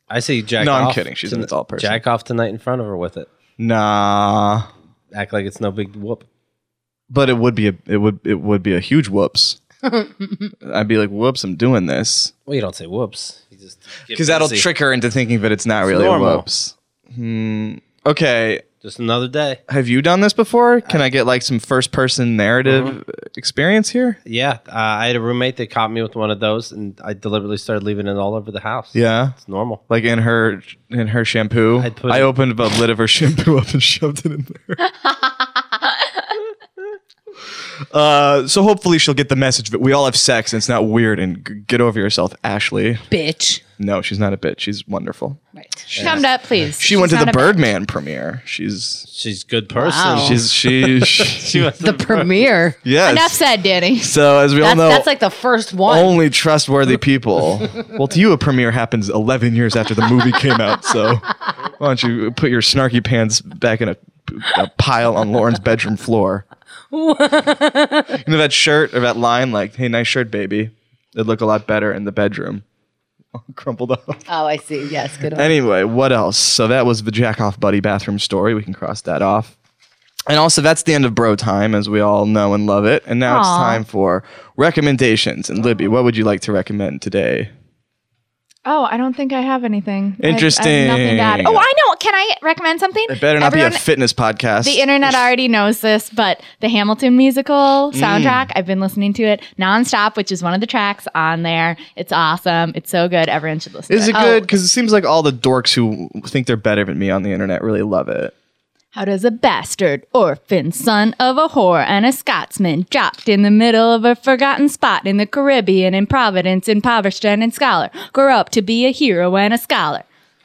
I say you jack. No, I'm off kidding. She's to- an adult person. Jack off tonight in front of her with it. Nah, Act like it's no big whoop. but it would be a it would it would be a huge whoops. I'd be like, whoops, I'm doing this Well, you don't say whoops. You just get because that'll busy. trick her into thinking that it's not really a normal. whoops. Hmm. Okay, Just another day. have you done this before? Can I Uh-huh. get like some first person narrative experience here? Yeah, uh, I had a roommate that caught me with one of those, and I deliberately started leaving it all over the house. Yeah. it's normal. Like in her in her shampoo, I'd put I it- opened the lid of her shampoo up and shoved it in there. uh, so hopefully she'll get the message that we all have sex and it's not weird and g- get over yourself, Ashley. Bitch. No, she's not a bitch. She's wonderful. Right. come up, please. She went to the Birdman premiere. She's She's a good person. Wow. she's she, she went to The premiere. yes. Enough said, Danny. so as we all That's, know, that's like the first one. only trustworthy people. *laughs* well, to you, a premiere happens 11 years after the movie came out. So why don't you put your snarky pants back in a, a pile on Lauren's bedroom floor? you know that shirt or that line, like, "Hey, nice shirt, baby." It'd look a lot better in the bedroom. Crumpled up. Oh, I see. Yes, good one. Anyway, what else? So that was the jack off buddy bathroom story. We can cross that off. And also, that's the end of bro time, as we all know and love it. And now it's Aw. time for recommendations. And Libby, what would you like to recommend today? Oh, I don't think I have anything. I- I have Interesting. nothing to add. Oh, I know. Can I recommend something? It better not be a Everyone- fitness podcast. The internet already knows this, but the Hamilton musical soundtrack, I've been listening to it nonstop, which is one of the tracks on there. It's awesome. It's so good. Everyone should listen Is to it it. Oh, good? Because it seems like all the dorks who think they're better than me on the internet really love it. How does a bastard, orphan, son of a whore, and a Scotsman dropped in the middle of a forgotten spot in the Caribbean, in Providence, impoverished and in scholar, grow up to be a hero and a scholar?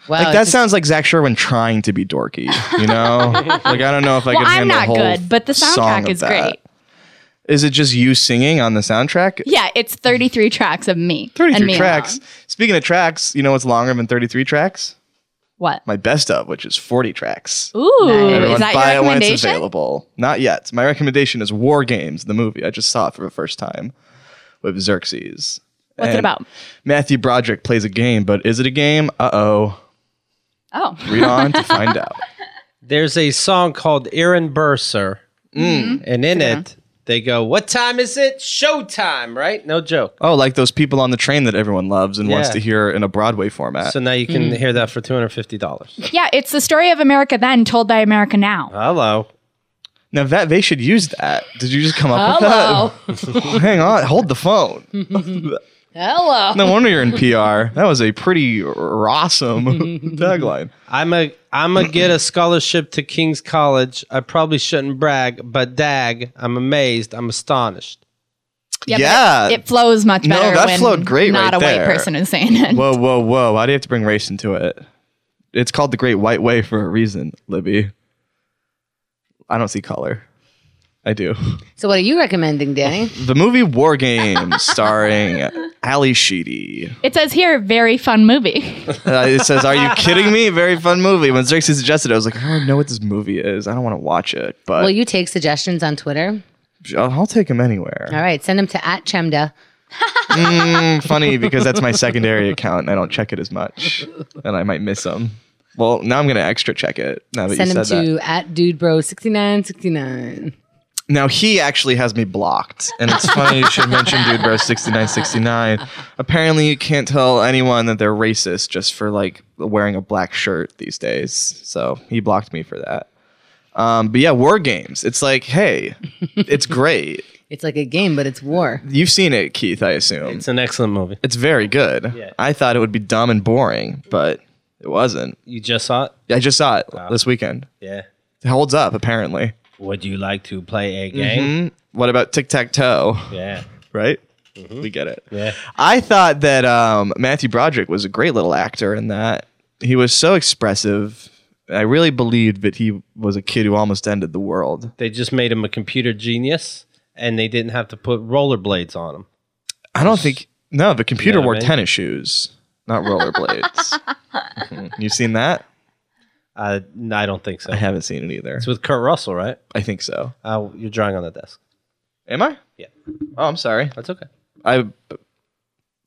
Wow, Like it's that just- sounds like Zach Sherwin trying to be dorky. You *laughs* know, like I don't know if I Well, could I'm handle a not whole good, but the song soundtrack of is that. great. Is it just you singing on the soundtrack? Yeah, it's 33 tracks of me. and 33 me tracks. alone. Speaking of tracks, you know what's longer than 33 tracks? What? my best of, which is 40 tracks. Ooh, Everyone Is that your buy it when it's recommendation? available. Not yet. My recommendation is War Games, the movie. I just saw it for the first time with Xerxes. What's it And about? Matthew Broderick plays a game, but is it a game? Uh oh. Oh, Read on to *laughs* find out. There's a song called Aaron Burser, and in it they go, "What time is it? Showtime!" Right? No joke. Oh, like those people on the train that everyone loves and wants Yeah. to hear in a Broadway format. So now you can hear that for two hundred fifty dollars. yeah. It's the story of America then told by America now. Hello. now that they should use that. Did you just come up with that? *laughs* Hang on, hold the phone. Hello. No wonder you're in PR. That was a pretty awesome tagline. I'm a I'm a get a scholarship to King's College. I probably shouldn't brag, but dag, I'm amazed. I'm astonished. Yeah, but Yeah. It, it flows much No, better. that when flowed great Not right a there. white person is saying it. Whoa, whoa, whoa! Why do you have to bring race into it? It's called the Great White Way for a reason, Libby. I don't see color. I do. So what are you recommending, Danny? The movie War Games, starring Ali Sheedy. It says here, very fun movie. Uh, it says, "Are you kidding me? Very fun movie." When Xerxes suggested, it, I was like, "I don't know what this movie is. I don't want to watch it." But Will you take suggestions on Twitter? I'll, I'll take him anywhere. All right, send them to at Chemda. Mm, funny because that's my secondary account, and I don't check it as much, and I might miss them. Well, now I'm gonna extra check it. Now that Send you them said that. to at dudebro6969. Now he actually has me blocked, and it's funny you should mention Dude Bro sixty nine sixty nine. Apparently, you can't tell anyone that they're racist just for like wearing a black shirt these days. So he blocked me for that. Um, but yeah, war games. It's like, hey, it's great. It's like a game, but it's war. You've seen it, Keith. I assume It's an excellent movie. it's very good. I thought it would be dumb and boring, but it wasn't. You just saw it. I just saw it this weekend. Yeah. It holds up apparently. Would you like to play a game? What about tic tac toe? Yeah. Mm-hmm. right? We get it. Yeah. I thought that um, Matthew Broderick was a great little actor in that he was so expressive. I really believed that he was a kid who almost ended the world. They just made him a computer genius, and they didn't have to put rollerblades on him. I don't think no. The computer You know what wore I mean? tennis shoes, not *laughs* rollerblades. Mhm. You've seen that? Uh, no, I don't think so. I haven't seen it either. It's with Kurt Russell, right? I think so. Uh, you're drawing on the desk. Am I? Yeah. Oh, I'm sorry. That's okay. I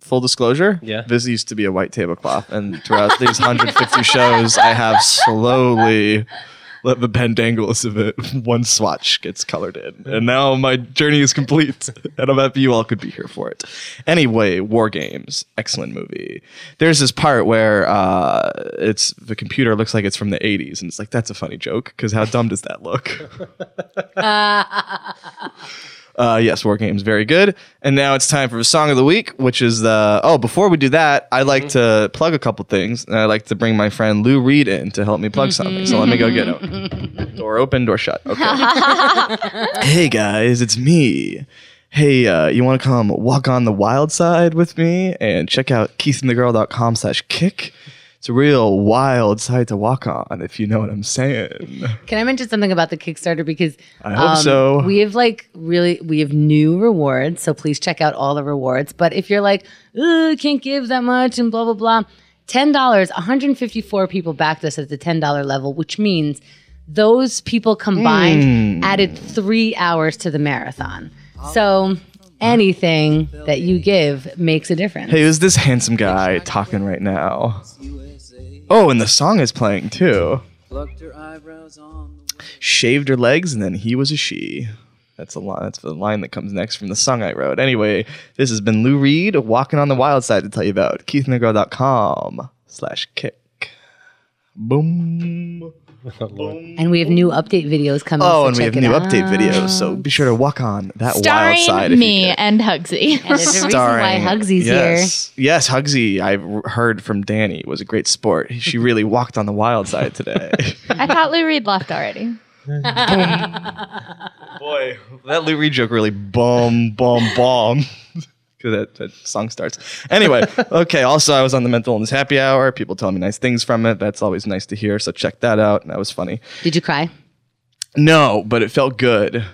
full disclosure. Yeah. This used to be a white tablecloth, and throughout these 150 shows, I have slowly let the pendangles of it *laughs* one swatch gets colored in, and now my journey is complete, *laughs* and I'm happy you all could be here for it. Anyway, War Games, excellent movie. There's this part where uh, it's the computer looks like it's from the 80s, and it's like that's a funny joke because how dumb does that look? Uh, yes, War Games, very good. And now it's time for the song of the week, which is the. Oh, before we do that, I like to plug a couple things, and I like to bring my friend Lou Reed in to help me plug something. So let me go get him. Door open, door shut. Okay. hey guys, it's me. Hey, uh, you want to come walk on the wild side with me and check out keithandthegirl.com slash kick? It's a real wild side to walk on, if you know what I'm saying. Can I mention something about the Kickstarter? Because um, I hope so. We have like really, we have new rewards. So please check out all the rewards. But if you're like, ooh, can't give that much and blah, blah, blah, $10, 154 people backed us at the $10 level, which means those people combined Hmm. added three hours to the marathon. So anything that you give makes a difference. Hey, who's this handsome guy talking right now? Oh, and the song is playing too. Shaved her legs, and then he was a she. That's a line. That's the line that comes next from the song I wrote. Anyway, this has been Lou Reed walking on the wild side to tell you about keithnegro.com slash kick. Boom. And we have new update videos coming. Oh, so and we have check it new out. update videos, so be sure to walk on that wild side. Starring if you me can. and Hugsy. And there's a reason why Hugsy's here. yes. Yes, Hugsy, I r- heard from Danny, was a great sport. *laughs* She really walked on the wild side today. I thought Lou Reed left already. Boy, that Lou Reed joke really bum, bum, bum. *laughs* 'Cause that, that song starts. Anyway, *laughs* okay, also, I was on the mental illness happy hour. People telling me nice things from it. That's always nice to hear. So check that out. That was funny. Did you cry? No, but it felt good.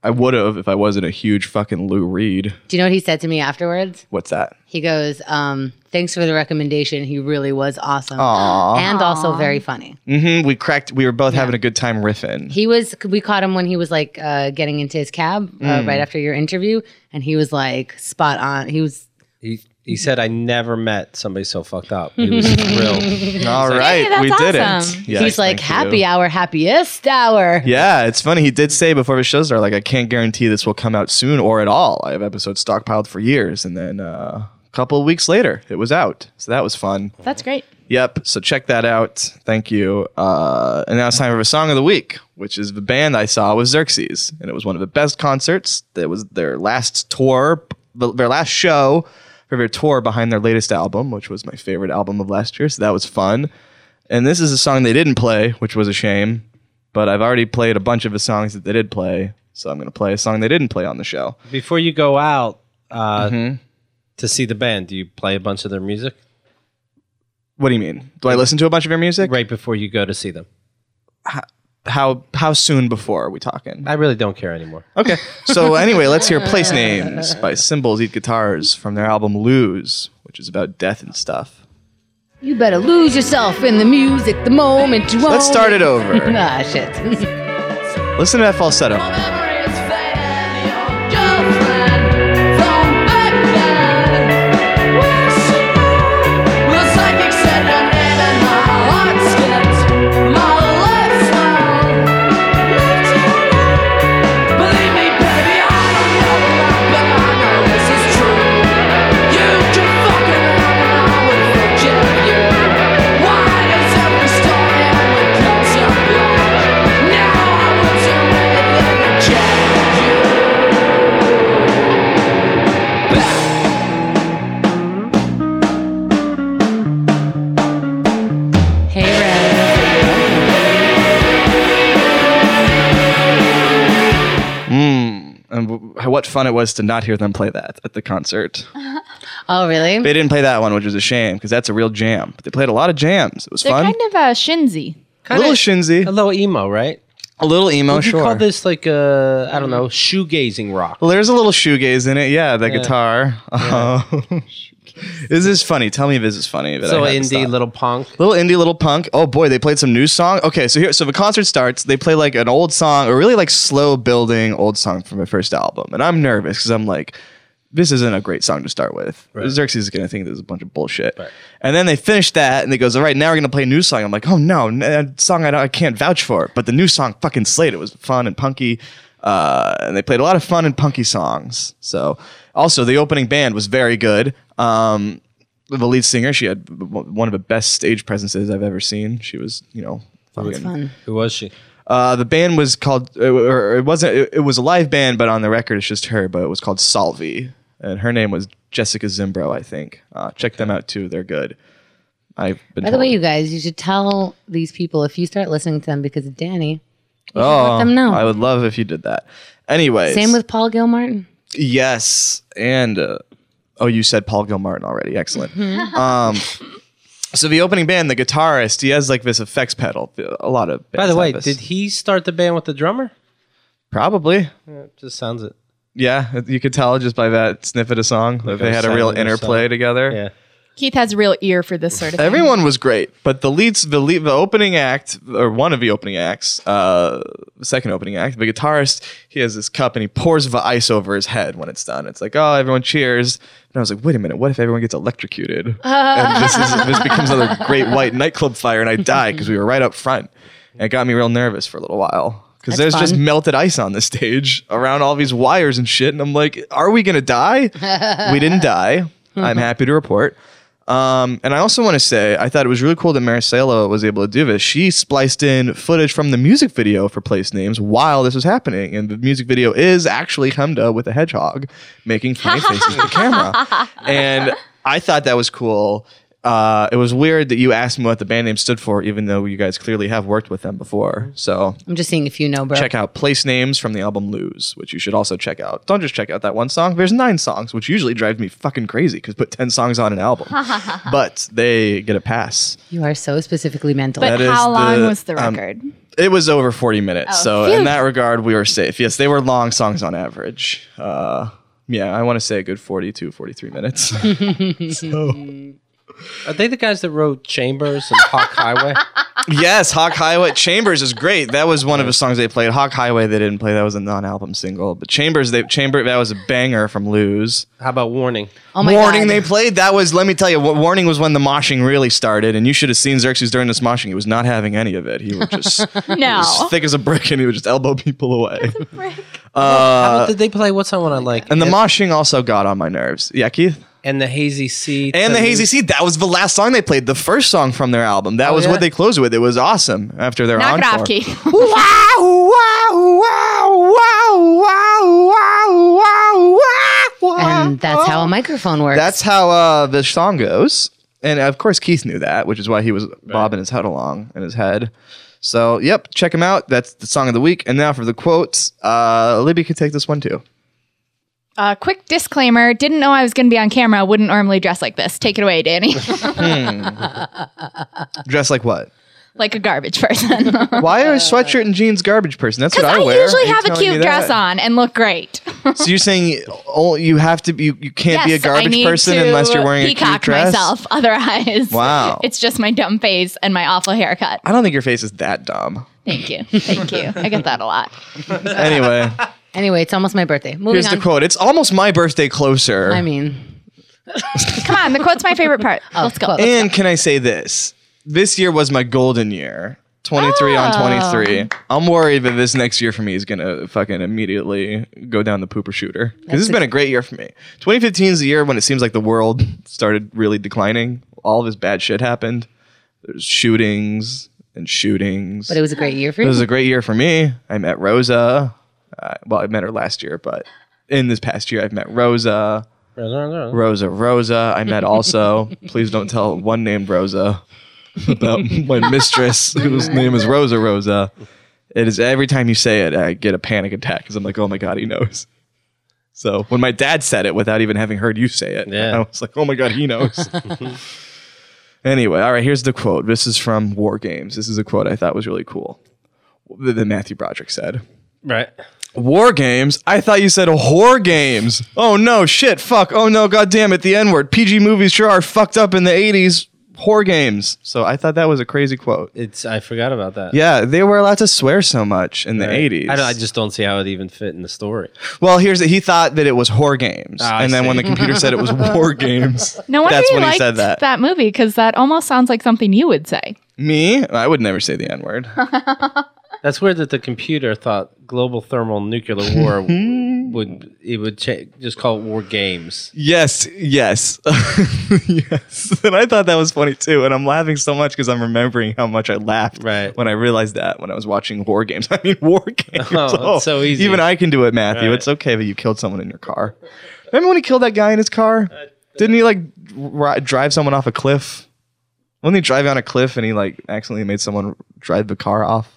I would have if I wasn't a huge fucking Lou Reed. Do you know what he said to me afterwards? What's that? He goes, um, "Thanks for the recommendation. He really was awesome, Aw. and also very funny." hmm We cracked. We were both having a good time riffing. He was. We caught him when he was like uh, getting into his cab uh, Mm. right after your interview, and he was like spot on. He was. He he said, "I never met somebody so fucked up." He *laughs* was thrilled. *laughs* All right, that's we did awesome. it. Yes, he's like thank you. happy hour, happiest hour. Yeah, it's funny. He did say before the show started, like, I can't guarantee this will come out soon or at all. I have episodes stockpiled for years. And then uh, a couple of weeks later, it was out. So that was fun. That's great. Yep. So check that out. Thank you. Uh, and now it's time for a song of the week, which is the band I saw was Xerxes, and it was one of the best concerts. That was their last tour, the- their last show for their tour behind their latest album, which was my favorite album of last year. So that was fun. And this is a song they didn't play, which was a shame. But I've already played a bunch of the songs that they did play, so I'm gonna play a song they didn't play on the show. Before you go out uh, Mm-hmm. to see the band, do you play a bunch of their music What do you mean? Do I listen to a bunch of your music? right before you go to see them? How how soon before are we talking? I really don't care anymore. Okay. So anyway, let's hear Place Names by Symbols Eat Guitars from their album Lose, which is about death and stuff. You better lose yourself in the music, the moment you want. Let's start it over. *laughs* Ah, shit. *laughs* Listen to that falsetto. Yeah. Hey, Red. And w- what fun it was to not hear them play that at the concert. Oh, really? They didn't play that one, which is a shame because that's a real jam. But they played a lot of jams. It was They're fun. kind of uh, shinzy. a little shinzy, A little emo, right? a little emo, You call sure. this like uh, I don't know, shoegazing rock. Well, there's a little shoegaze in it. Yeah, the guitar. is *laughs* this funny? Tell me if this is funny. but I So had to stop. indie, little punk. little indie little punk oh boy they played some new song okay so here so the concert starts they play like an old song or really like slow building old song from their first album and i'm nervous because i'm like this isn't a great song to start with xerxes is going to think this is a bunch of bullshit and then they finish that and they goes all right now we're going to play a new song i'm like oh no n- a song I, don't, I can't vouch for but the new song fucking slayed it was fun and punky uh, and they played a lot of fun and punky songs so also the opening band was very good um, the lead singer, she had w- w- one of the best stage presences I've ever seen. She was, you know, fucking- Who was she? Uh, the band was called, uh, or it wasn't, it, it was a live band, but on the record it's just her, but it was called Salvi. And her name was Jessica Zimbro, I think. Uh, check them out too. They're good. I've been By the way, told. you guys, you should tell these people if you start listening to them because of Danny. oh, let them know. I would love if you did that. Anyways. Same with Paul Gilmartin. Yes, and uh, oh, you said Paul Gilmartin already. Excellent. Mm-hmm. *laughs* um, so the opening band, the guitarist, he has like this effects pedal. A lot of. By bands the way, have this. did he start the band with the drummer? probably? Just sounds it. Yeah, you could tell just by that snippet of song that they a had a sound real of the interplay song. together. Yeah. Keith has a real ear for this sort of thing. Everyone was great, but the leads, the lead, the opening act, or one of the opening acts, uh, the second opening act, the guitarist, he has this cup and he pours the ice over his head when it's done. It's like, oh, everyone cheers. And I was like, wait a minute, what if everyone gets electrocuted? and this is this becomes another great white nightclub fire, and I die because we were right up front. And it got me real nervous for a little while. Because there's just melted ice on the stage around all these wires and shit. And I'm like, are we going to die? we didn't die. I'm happy to report. Um, and I also want to say, I thought it was really cool that Maricela was able to do this. She spliced in footage from the music video for Place Names while this was happening. And the music video is actually Hemda with a hedgehog making funny faces at the camera. And I thought that was cool. Uh, it was weird that you asked me what the band name stood for, even though you guys clearly have worked with them before. So I'm just seeing if you know, bro. check out Place Names from the album Lose, which you should also check out. Don't just check out that one song. There's nine songs, which usually drives me fucking crazy because put 10 songs on an album. but they get a pass. You are so specifically mental. But That is how long the- was the um, record? It was over 40 minutes. so, phew. in that regard, we were safe. Yes, they were long songs on average. Uh, yeah, I want to say a good 42, 43 minutes. Are they the guys that wrote Chambers and *laughs* Hawk Highway? yes, Hawk Highway. Chambers is great. That was one of the songs they played. Hawk Highway, they didn't play. That was a non album single. But Chambers, they, Chamber, that was a banger from Lose. How about Warning? Oh my warning God. they played that was let me tell you what warning was when the moshing really started and you should have seen xerxes during this moshing he was not having any of it he *laughs* would just No. was thick as a brick and he would just elbow people away How about, did they play What's Someone I Like? Uh, and the moshing also got on my nerves yeah keith and the Hazy Sea. and the to hazy sea that was the last song they played the first song from their album that was yeah? what they closed with it was awesome after their Knock it encore off, Keith. wow wow wow wow wow wow wow And that's how a microphone works. That's how uh, the song goes. And of course, Keith knew that, which is why he was bobbing his head along in his head. So, yep, check him out. That's the song of the week. And now for the quotes. Uh, Libby could take this one too. *laughs* Uh, quick disclaimer didn't know I was going to be on camera. Wouldn't normally dress like this. Take it away, *laughs* Danny. Dress like what? like a garbage person. Why are sweatshirt and jeans garbage person? That's what I, Uh, I wear. Are usually you have a telling me that? cute dress on and look great. So you're saying oh, you have to be, you, you can't be a Yes, I garbage need person to unless you're wearing a cute peacock dress? myself. *laughs* Otherwise, Wow. it's just my dumb face and my awful haircut. I don't think your face is that dumb. Thank you, thank you. I get that a lot. *laughs* Anyway, anyway, it's almost my birthday. Moving here's on. the quote. It's almost my birthday closer. I mean, Come on, the quote's my favorite part. Oh, Let's go. And can I say this? This year was my golden year. 23 Ah. on 23. I'm worried that this next year for me is going to fucking immediately go down the pooper shooter. Because it's been a great year for me. 2015 is the year when it seems like the world started really declining. All of this bad shit happened. There's shootings and shootings. but it was a great year for It you. was a great year for me. I met Rosa. Uh, well, I met her last year, but in this past year, I've met Rosa. Sea. Rosa Rosa. I met also. Please don't tell one named Rosa about my mistress whose name is Rosa Rosa. It is every time you say it, I get a panic attack because I'm like, oh my god, he knows. So when my dad said it without even having heard you say it, Yeah. I was like, oh my god, he knows. anyway, all right, here's the quote. This is from War Games. This is a quote I thought was really cool that that Matthew Broderick said. Right. War games? I thought you said whore games. Oh no, shit, fuck. Oh no, goddamn it, the N word. PG movies sure are fucked up in the 80s. Whore games. So I thought that was a crazy quote. It's I forgot about that. Yeah, they were allowed to swear so much in the Right. 80s. I, don't, I just don't see how it even fit in the story. well, here's that he thought that it was whore games. Ah, I and then when see. the computer *laughs* said it was war games. No wonder that's you when liked he said that. movie because that almost sounds like something you would say. Me? I would never say the N *laughs* word. That's weird that the computer thought global thermal nuclear *laughs* war w- would it would cha- just call it war games. Yes, yes, *laughs* yes. And I thought that was funny too. And I'm laughing so much because I'm remembering how much I laughed Right. when I realized that when I was watching war games. *laughs* I mean, *laughs* war games. Oh, that's so easy. Even I can do it, Matthew. Right. It's okay that you killed someone in your car. Remember when he killed that guy in his Uh, car? Didn't he like ri- drive someone off a cliff? Wasn't he driving on a cliff and he like accidentally made someone drive the car off?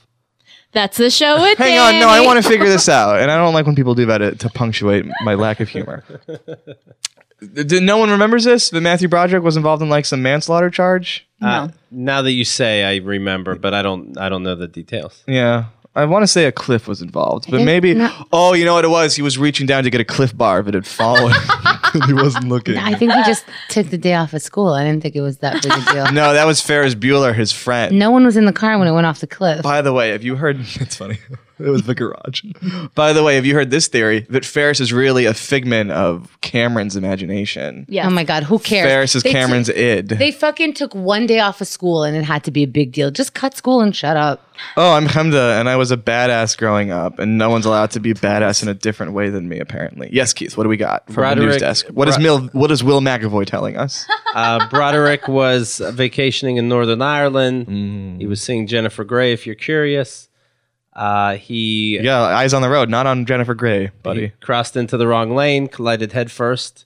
That's the show with Hang on, no, I want to figure this out, and I don't like when people do that uh, to, to punctuate my lack of humor. Did no one remembers this? That Matthew Broderick was involved in like some manslaughter charge. Uh, now that you say, I remember, but I don't. I don't know the details. Yeah, I want to say a cliff was involved, but maybe. Oh, you know what it was? He was reaching down to get a cliff bar, but it fallen. *laughs* he wasn't looking. I think he just took the day off of school. I didn't think it was that big *laughs* a deal. No, that was Ferris Bueller, his friend. No one was in the car when it went off the cliff. By the way, have you heard? *laughs* It's funny. It was the garage. By the way, have you heard this theory that Ferris is really a figment of Cameron's imagination? Yeah. Oh my God, who cares? Ferris is They took- Cameron's id. They fucking took one day off of school and it had to be a big deal. Just cut school and shut up. Oh, I'm Hamda, and I was a badass growing up, and no one's allowed to be badass in a different way than me, apparently. Yes, Keith, what do we got from the news Broderick- desk? What is Mil- what is Will McAvoy telling us? Uh, Broderick was vacationing in Northern Ireland. Mm. He was seeing Jennifer Grey. If you're curious, uh, he yeah, eyes on the road, not on Jennifer Grey, buddy. crossed into the wrong lane, collided headfirst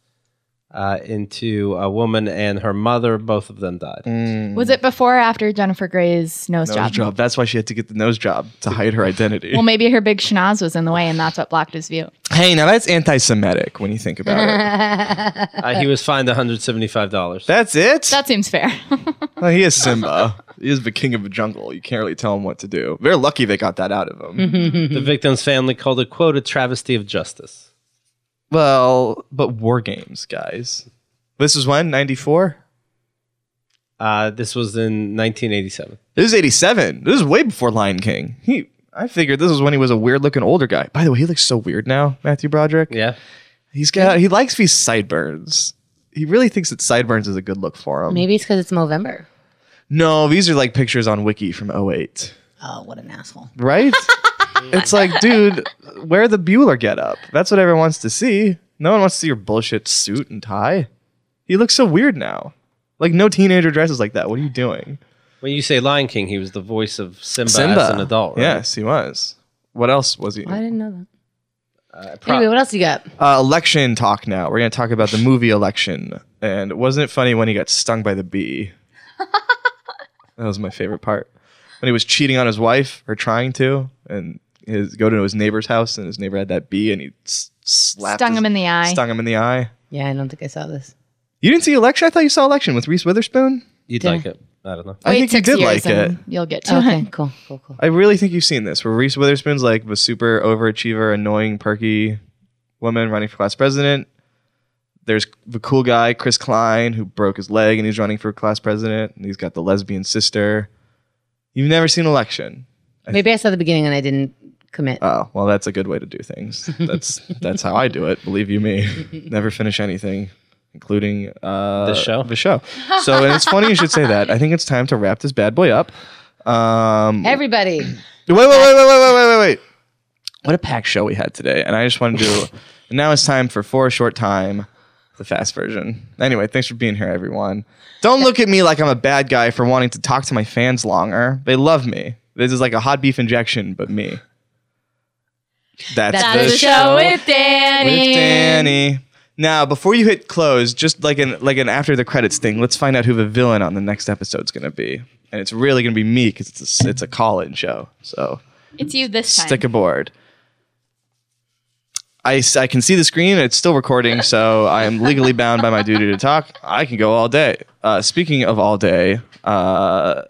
uh, into a woman and her mother. Both of them died. Mm. Was it before or after Jennifer Grey's nose, Nose job? job. That's why she had to get the nose job to hide her identity. Well, maybe her big schnoz was in the way, and that's what blocked his view. *laughs* hey, now that's anti-Semitic when you think about it. Uh, he was fined 175 dollars. That's it. That seems fair. Oh, he is Simba. he is the king of the jungle. You can't really tell him what to do. They're lucky they got that out of him. The victim's family called it, quote, a travesty of justice. Well, but war games, guys. This is when ninety four. Uh, this was in 1987. This is eighty seven. This is way before Lion King. He, I figured this was when he was a weird looking older guy. By the way, he looks so weird now, Matthew Broderick. Yeah. He's got he likes these sideburns. He really thinks that sideburns is a good look for him. Maybe it's because it's Movember. No, these are like pictures on Wiki from 08. Oh, what an asshole. *laughs* Right? it's like, dude, wear the Bueller get up. That's what everyone wants to see. No one wants to see your bullshit suit and tie. He looks so weird now. Like no teenager dresses like that. What are you doing? When you say Lion King, he was the voice of Simba, as an adult, right? Yes, he was. What else was he? I didn't know that. Uh, pro- Anyway, what else you got? Uh, election talk now. We're going to talk about the movie election. And wasn't it funny when he got stung by the *laughs* bee? that was my favorite part. When he was cheating on his wife or trying to, and his go to his neighbor's house, and his neighbor had that bee, and he s- slapped Stung his- him in the eye. Stung him in the eye. Yeah, I don't think I saw this. You didn't see election? I thought you saw election with Reese Witherspoon. You'd Yeah. like it. I don't know. I think you did like it. and You'll get to Okay, it. cool, cool, cool. I really think you've seen this, where Reese Witherspoon's like the super overachiever, annoying, perky woman running for class president. There's the cool guy, Chris Klein, who broke his leg and he's running for class president, and he's got the lesbian sister. You've never seen election. Maybe I saw the beginning and I didn't commit. Oh, well, that's a good way to do things. That's that's how I do it. Believe you me, never finish anything, including uh, This show? The show. So, and it's funny you should say that. I think it's time to wrap this bad boy up. Um, Everybody, Wait, wait, wait, wait, wait, wait, wait, wait, wait. What a packed show we had today. And I just wanted *laughs* to. and now it's time for For a Short Time, the fast version. Anyway, thanks for being here, everyone. Don't look at me like I'm a bad guy for wanting to talk to my fans longer. They love me. This is like a hot beef injection, but me. That's, That's the, the show Show with Danny. with Danny. Now, before you hit close, just like an like an after the credits thing, let's find out who the villain on the next episode's gonna be, and it's really gonna be me because it's a, s- it's a call-in show. So It's you this time. stick aboard. I, s- I can see the screen. It's still recording, so I am legally bound by my duty to talk. I can go all day. Uh, speaking of all day, uh,